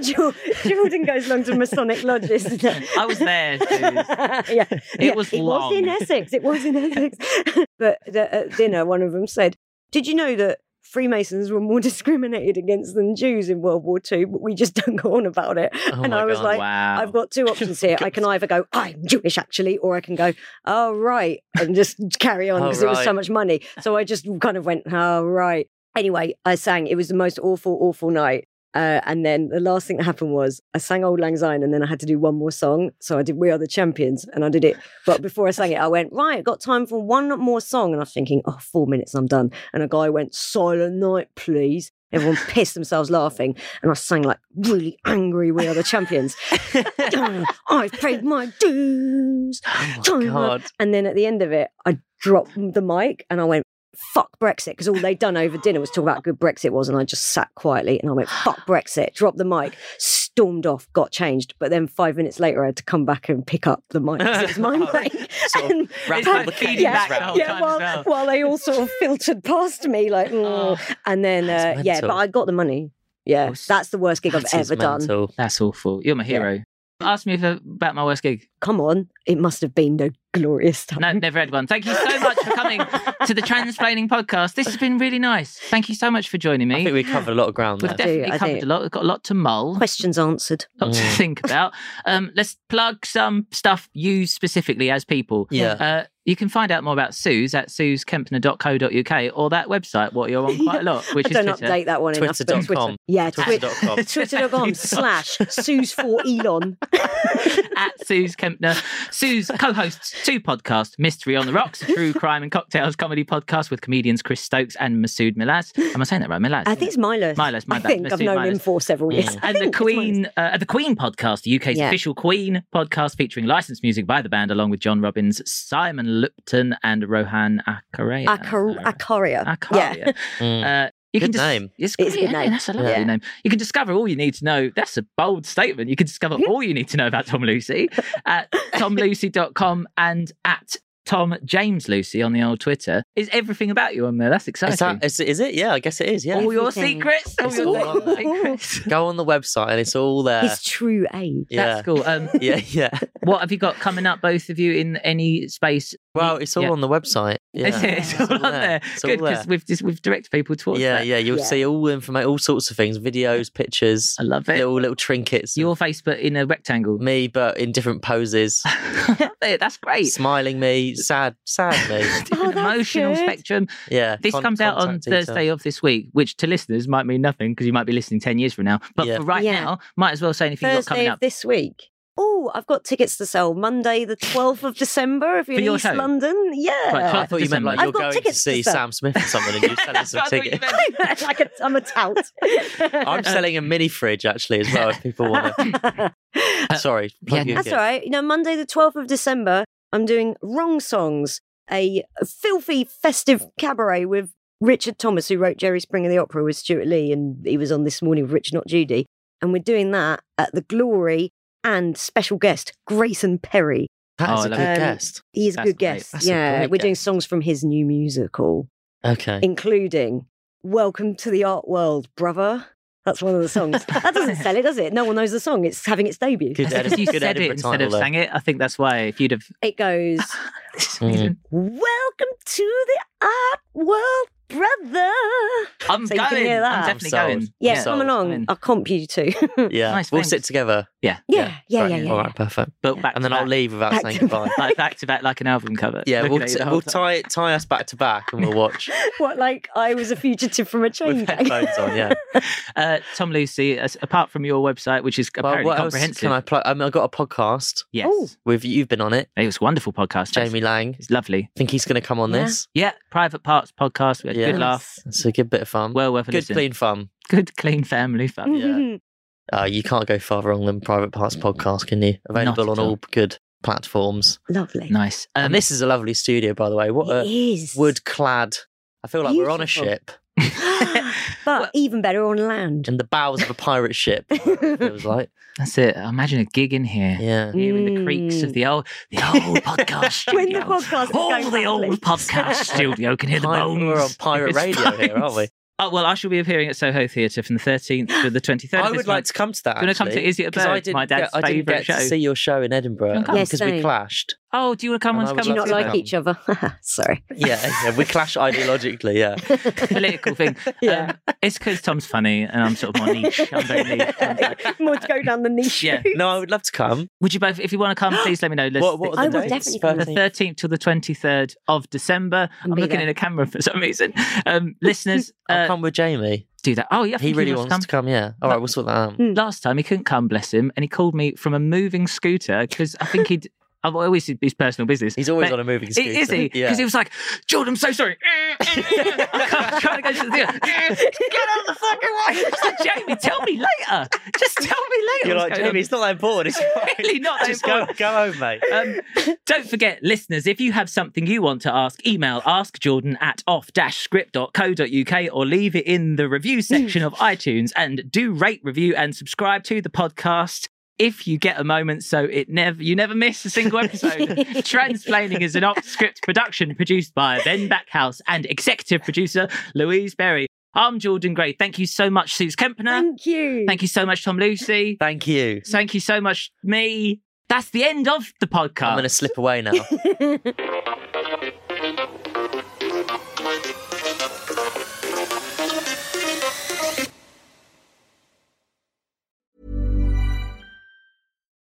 Speaker 2: Jor- Jordan goes along to Masonic lodges.
Speaker 1: I was there. dude.
Speaker 2: yeah, it
Speaker 1: was
Speaker 2: It
Speaker 1: long.
Speaker 2: was in Essex. It was in Essex. but the, at dinner, one of them said, "Did you know that Freemasons were more discriminated against than Jews in World War II? But we just don't go on about it."
Speaker 3: Oh
Speaker 2: and
Speaker 3: my
Speaker 2: I was
Speaker 3: God,
Speaker 2: like,
Speaker 1: wow.
Speaker 2: I've got two options here. I can either go, I'm Jewish actually, or I can go, oh, right, and just carry on
Speaker 3: Oh,
Speaker 2: because it was so
Speaker 3: right.
Speaker 2: much money. So I just kind of went, oh, right. Anyway, I sang. It was the most awful, awful night. Uh, and then the last thing that happened was I sang Old Lang Syne and then I had to do one more song. So I did We Are the Champions and I did it. But before I sang it, I went, right, got time for one more song. And I was thinking, oh, four minutes, I'm done. And a guy went, silent night, please. Everyone pissed themselves laughing. And I sang like really angry We Are the Champions. I've paid my dues.
Speaker 3: Oh my God.
Speaker 2: And then at the end of it, I dropped the mic and I went, fuck Brexit. Because all they'd done over dinner was talk about how good Brexit was. And I just sat quietly and I went, fuck Brexit, dropped the mic, stormed off, got changed. But then five minutes later, I had to come back and pick up the mic. 'cause It was my mic.
Speaker 3: Sort of
Speaker 2: And-
Speaker 3: wrap
Speaker 1: It's
Speaker 3: all
Speaker 1: like
Speaker 3: the
Speaker 1: feeding
Speaker 3: canes
Speaker 1: back
Speaker 3: round.
Speaker 1: the whole
Speaker 2: yeah,
Speaker 1: time as well.
Speaker 2: while, while they all sort of filtered past me, like,
Speaker 1: Oh.
Speaker 2: mm. and then,
Speaker 3: That's
Speaker 2: uh, yeah,
Speaker 3: mental.
Speaker 2: but I got the money. Yeah,
Speaker 1: That's-
Speaker 2: that's the worst gig I've
Speaker 3: That is
Speaker 2: ever done.
Speaker 3: mental.
Speaker 1: That's awful. You're my hero. Ask me if, uh, about my worst gig.
Speaker 2: Come on, it must have been the glorious time.
Speaker 1: No, never had one. Thank you so much for coming to the Transplaining podcast. This has been really nice. Thank you so much for joining
Speaker 3: I
Speaker 1: me.
Speaker 3: think
Speaker 1: We've
Speaker 3: we covered a lot of ground there.
Speaker 2: do,
Speaker 1: definitely
Speaker 2: I
Speaker 1: covered a
Speaker 2: do.
Speaker 1: lot. We've got a lot to mull, a
Speaker 2: Questions answered.
Speaker 1: lot to
Speaker 3: Mm.
Speaker 1: think about. Um, let's plug some stuff you specifically as people.
Speaker 3: Yeah.
Speaker 1: Uh, you can find out more about Suze at suzekempner.co.uk or that website, what you're on quite a lot, which
Speaker 2: I don't
Speaker 1: is Twitter.
Speaker 2: update that one enough. but
Speaker 3: Twitter.com.
Speaker 2: Twitter. Yeah, twi-
Speaker 3: Twitter.com.
Speaker 2: Twitter.com slash Sue's for Elon.
Speaker 1: at Suze Kempner. Suze co hosts two podcasts Mystery on the Rocks, a True Crime and Cocktails comedy podcast with comedians Chris Stokes and Masood Milaz. Am I saying that right? Milaz.
Speaker 2: I think it's Milos.
Speaker 1: Milos, my
Speaker 2: I
Speaker 1: bad.
Speaker 2: think
Speaker 1: Let's
Speaker 2: I've
Speaker 1: do
Speaker 2: known
Speaker 1: Milos.
Speaker 2: him for several years. I
Speaker 1: and the
Speaker 2: think it's Milos.
Speaker 1: Queen, uh, the Queen podcast, the UK's
Speaker 2: Yeah.
Speaker 1: official Queen podcast, featuring licensed music by the band, along with John Robbins, Simon Lupton, and Rohan Akaria.
Speaker 2: Acar- Acaria.
Speaker 1: Akaria.
Speaker 3: Mm.
Speaker 2: Yeah.
Speaker 1: Uh, You
Speaker 3: Good
Speaker 1: dis-
Speaker 3: name.
Speaker 1: It's,
Speaker 2: It's a
Speaker 1: great,
Speaker 2: good
Speaker 1: isn't it?
Speaker 2: name.
Speaker 1: That's a lovely
Speaker 3: Yeah.
Speaker 1: name. You can discover all you need to know. That's a bold statement. You can discover all you need to know about Tom Lucy at tomlucy.com and at Tom James Lucy on the old Twitter. Is everything about you on there? That's exciting.
Speaker 3: Is, that, is, is it? Yeah, I guess it is. Yeah.
Speaker 1: all your
Speaker 2: Everything.
Speaker 1: secrets. All
Speaker 3: It's
Speaker 1: your
Speaker 3: all
Speaker 1: little
Speaker 3: on
Speaker 2: there.
Speaker 1: secrets.
Speaker 3: Go on the website and it's all there.
Speaker 2: His true age.
Speaker 3: yeah.
Speaker 1: That's cool. Um,
Speaker 3: yeah, yeah.
Speaker 1: what have you got coming up, both of you, in any space?
Speaker 3: Well, it's all
Speaker 1: Yeah.
Speaker 3: on the website. Yeah.
Speaker 1: Is it? It's all on there.
Speaker 3: It's all
Speaker 1: Good, because we've just we've directed people towards
Speaker 3: Yeah,
Speaker 1: that.
Speaker 3: yeah. You'll
Speaker 2: Yeah.
Speaker 3: see all information, all sorts of things, videos, pictures,
Speaker 1: I love it.
Speaker 3: little little trinkets.
Speaker 1: Your face, but in a rectangle.
Speaker 3: me, but in different poses,
Speaker 1: That's great.
Speaker 3: smiling me, sad, sad me.
Speaker 1: Different
Speaker 2: Oh, that's
Speaker 1: emotional
Speaker 2: good.
Speaker 1: spectrum.
Speaker 3: Yeah.
Speaker 1: This
Speaker 3: con-
Speaker 1: comes out on
Speaker 3: contact details.
Speaker 1: Thursday of this week, which to listeners might mean nothing because you might be listening 10 years from now. But
Speaker 3: Yeah.
Speaker 1: for right
Speaker 2: Yeah.
Speaker 1: now, might as well say anything you've got
Speaker 2: Thursday
Speaker 1: coming
Speaker 2: of
Speaker 1: up.
Speaker 2: this week. Oh, I've got tickets to sell Monday, the 12th of December, if you're
Speaker 1: For
Speaker 2: in
Speaker 1: your
Speaker 2: East
Speaker 1: show?
Speaker 2: London.
Speaker 1: Right,
Speaker 3: I
Speaker 2: Yeah.
Speaker 1: twelfth.
Speaker 3: thought you meant like
Speaker 2: I've
Speaker 3: you're
Speaker 2: got
Speaker 3: going to
Speaker 2: tickets to
Speaker 3: see
Speaker 2: sell.
Speaker 3: Sam Smith or something and you're selling some
Speaker 1: That's what I thought you
Speaker 3: tickets.
Speaker 2: like a, I'm a tout.
Speaker 3: I'm selling a mini fridge actually as well if people want to.
Speaker 1: Uh,
Speaker 3: Sorry. plug you
Speaker 2: That's
Speaker 3: again.
Speaker 2: all right. You know, Monday, the 12th of December, I'm doing Wrong Songs, a filthy festive cabaret with Richard Thomas, who wrote Jerry Springer the Opera with Stuart Lee, and he was on this morning with Rich Not Judy. And we're doing that at the Glory and special guest, Grayson Perry.
Speaker 3: That
Speaker 1: Oh,
Speaker 3: is
Speaker 1: I
Speaker 3: a
Speaker 1: love
Speaker 3: good
Speaker 2: it. Um,
Speaker 3: guest.
Speaker 2: He is
Speaker 1: That's
Speaker 2: a good
Speaker 1: great.
Speaker 2: guest.
Speaker 3: That's a
Speaker 2: yeah,
Speaker 3: great
Speaker 2: we're doing
Speaker 3: guest.
Speaker 2: songs from his new musical,
Speaker 3: Okay.
Speaker 2: including Welcome to the Art World, Brother. That's one of the songs. that doesn't sell it, does it? No one knows the song. It's having its debut.
Speaker 3: Good
Speaker 1: That's because
Speaker 3: edit-
Speaker 1: you
Speaker 3: good
Speaker 1: said it
Speaker 3: Edinburgh
Speaker 1: instead of
Speaker 3: title, though.
Speaker 1: sang it. I think that's why. If you'd have.
Speaker 2: It goes.
Speaker 3: Mm.
Speaker 2: Welcome to the art world, brother.
Speaker 1: I'm
Speaker 2: So you
Speaker 1: going.
Speaker 2: can hear that.
Speaker 1: I'm definitely
Speaker 3: I'm sold.
Speaker 1: going.
Speaker 2: Yeah,
Speaker 3: Yeah.
Speaker 2: come
Speaker 3: So,
Speaker 2: along.
Speaker 1: I'm in.
Speaker 2: I'll comp you too.
Speaker 3: Yeah.
Speaker 1: Nice,
Speaker 3: we'll
Speaker 1: thanks.
Speaker 3: sit together.
Speaker 1: Yeah.
Speaker 2: yeah, yeah, yeah,
Speaker 3: Right.
Speaker 2: yeah.
Speaker 3: All
Speaker 2: yeah.
Speaker 3: right, perfect.
Speaker 1: But back
Speaker 3: And
Speaker 1: to
Speaker 3: then I'll
Speaker 1: back.
Speaker 3: leave without
Speaker 2: Back
Speaker 3: saying
Speaker 2: to
Speaker 3: goodbye.
Speaker 1: Like back to back, like an album cover.
Speaker 3: Yeah,
Speaker 1: Looking
Speaker 3: we'll,
Speaker 1: at
Speaker 3: t-
Speaker 1: you the whole
Speaker 3: we'll
Speaker 1: time.
Speaker 3: tie tie us back to back and we'll watch
Speaker 2: What, like I was a fugitive from a chain
Speaker 3: with
Speaker 2: gang?
Speaker 3: headphones on. Yeah.
Speaker 1: Uh, Tom Lucy, as, apart from your website, which is
Speaker 3: Well,
Speaker 1: apparently
Speaker 3: what else
Speaker 1: comprehensive.
Speaker 3: can I plug? I mean, I got a podcast
Speaker 1: Yes.
Speaker 2: Ooh.
Speaker 3: with you've been on it,
Speaker 1: It was a wonderful podcast. James.
Speaker 3: Jamie Lang. I
Speaker 1: It's lovely.
Speaker 3: think he's going to come on
Speaker 2: Yeah.
Speaker 3: this.
Speaker 1: Yeah, Private Parts podcast. We had a
Speaker 3: Yeah.
Speaker 1: good laugh.
Speaker 3: It's a good bit of fun.
Speaker 1: Well worth a
Speaker 3: good
Speaker 1: listen.
Speaker 3: clean Mm. fun.
Speaker 1: Good, clean family fun.
Speaker 3: Yeah. Uh, you can't go far wrong than Private Parts podcast, can you? Available
Speaker 1: Not
Speaker 3: on
Speaker 1: at all.
Speaker 3: all good platforms.
Speaker 2: Lovely.
Speaker 1: Nice. Um,
Speaker 3: and this is a lovely studio, by the way. What
Speaker 1: uh,
Speaker 2: it
Speaker 3: a
Speaker 2: is
Speaker 3: wood clad. I feel like we're on a
Speaker 2: Beautiful.
Speaker 3: ship
Speaker 2: but
Speaker 1: Well-
Speaker 2: even better on land.
Speaker 3: in the bows of a pirate ship. It was like,
Speaker 1: That's it. I imagine a gig in here.
Speaker 3: yeah. Mm.
Speaker 1: Here in the creaks of the old, the old podcast studio.
Speaker 2: When the podcast is
Speaker 1: all
Speaker 2: going
Speaker 1: the
Speaker 2: badly.
Speaker 1: old podcast studio can hear the
Speaker 3: Pirate-
Speaker 1: bones.
Speaker 3: we're on pirate
Speaker 1: It's
Speaker 3: radio here, aren't we?
Speaker 1: bones. Oh well, I shall be appearing at Soho Theatre from the 13th to the 23rd.
Speaker 3: I
Speaker 1: of this
Speaker 3: would like
Speaker 1: month.
Speaker 3: to come to that.
Speaker 1: Do you wanna come to
Speaker 3: actually,
Speaker 1: Is It a
Speaker 3: 'cause I
Speaker 1: Bird?
Speaker 3: didn't
Speaker 1: My dad's
Speaker 3: get- I didn't
Speaker 1: favourite
Speaker 3: get to
Speaker 1: show.
Speaker 3: see your show in Edinburgh
Speaker 1: Don't come.
Speaker 3: because we
Speaker 2: Yes,
Speaker 3: clashed.
Speaker 1: Oh, do you want to come on?
Speaker 3: And I
Speaker 1: to
Speaker 3: would
Speaker 1: come
Speaker 2: Do you
Speaker 3: love
Speaker 2: not
Speaker 1: and
Speaker 3: to
Speaker 1: see
Speaker 2: like
Speaker 3: come.
Speaker 1: that?
Speaker 2: each other? Sorry.
Speaker 3: Yeah, yeah, we clash ideologically. Yeah,
Speaker 1: Political thing.
Speaker 2: Yeah.
Speaker 1: Um, it's because Tom's funny and I'm sort of more niche. I'm very niche. I'm like-
Speaker 2: More to go down the niche.
Speaker 1: Yeah.
Speaker 2: route.
Speaker 3: no, I would love to come.
Speaker 1: Would you both, if you want to come, please let me know. Let's-
Speaker 3: What, what are the
Speaker 2: I will
Speaker 3: dates?
Speaker 2: definitely come.
Speaker 1: the 13th till the 23rd of December. I'm
Speaker 2: I'll be
Speaker 1: looking
Speaker 2: there.
Speaker 1: in a camera for some reason. Um, listeners,
Speaker 3: I'll
Speaker 1: uh,
Speaker 3: come with Jamie.
Speaker 1: do that. Oh, yeah, I
Speaker 3: He
Speaker 1: think
Speaker 3: really
Speaker 1: wants
Speaker 3: wants to come. Yeah. All right, we'll sort that out.
Speaker 1: Last time he couldn't come, bless him, and he called me from a moving scooter because I think he'd. I've always said his personal business.
Speaker 3: He's always
Speaker 1: But-
Speaker 3: on a moving
Speaker 1: I-
Speaker 3: scooter.
Speaker 1: Is he? Because
Speaker 3: Yeah.
Speaker 1: he was like, Jordan, I'm so sorry. I'm trying to go to the theatre. Get out of the fucking way. I said, Jamie, tell me later. Just tell me later.
Speaker 3: You're
Speaker 1: what's
Speaker 3: like
Speaker 1: going on."
Speaker 3: Jamie. It's not that important. It's fine.
Speaker 1: really not that
Speaker 3: Just
Speaker 1: important.
Speaker 3: go, go home, mate.
Speaker 1: Um, don't forget, listeners, if you have something you want to ask, email askjordan at off-script.co.uk or leave it in the review section of iTunes and do rate, review, and subscribe to the podcast. If you get a moment, so it never you never miss a single episode. Transplaining is an off-script production produced by Ben Backhouse and executive producer Louise Berry. I'm Jordan Gray. Thank you so much, Suze Kempner.
Speaker 2: Thank you.
Speaker 1: Thank you so much, Tom Lucy.
Speaker 3: Thank you.
Speaker 1: Thank you so much, me. That's the end of the podcast.
Speaker 3: I'm going to slip away now.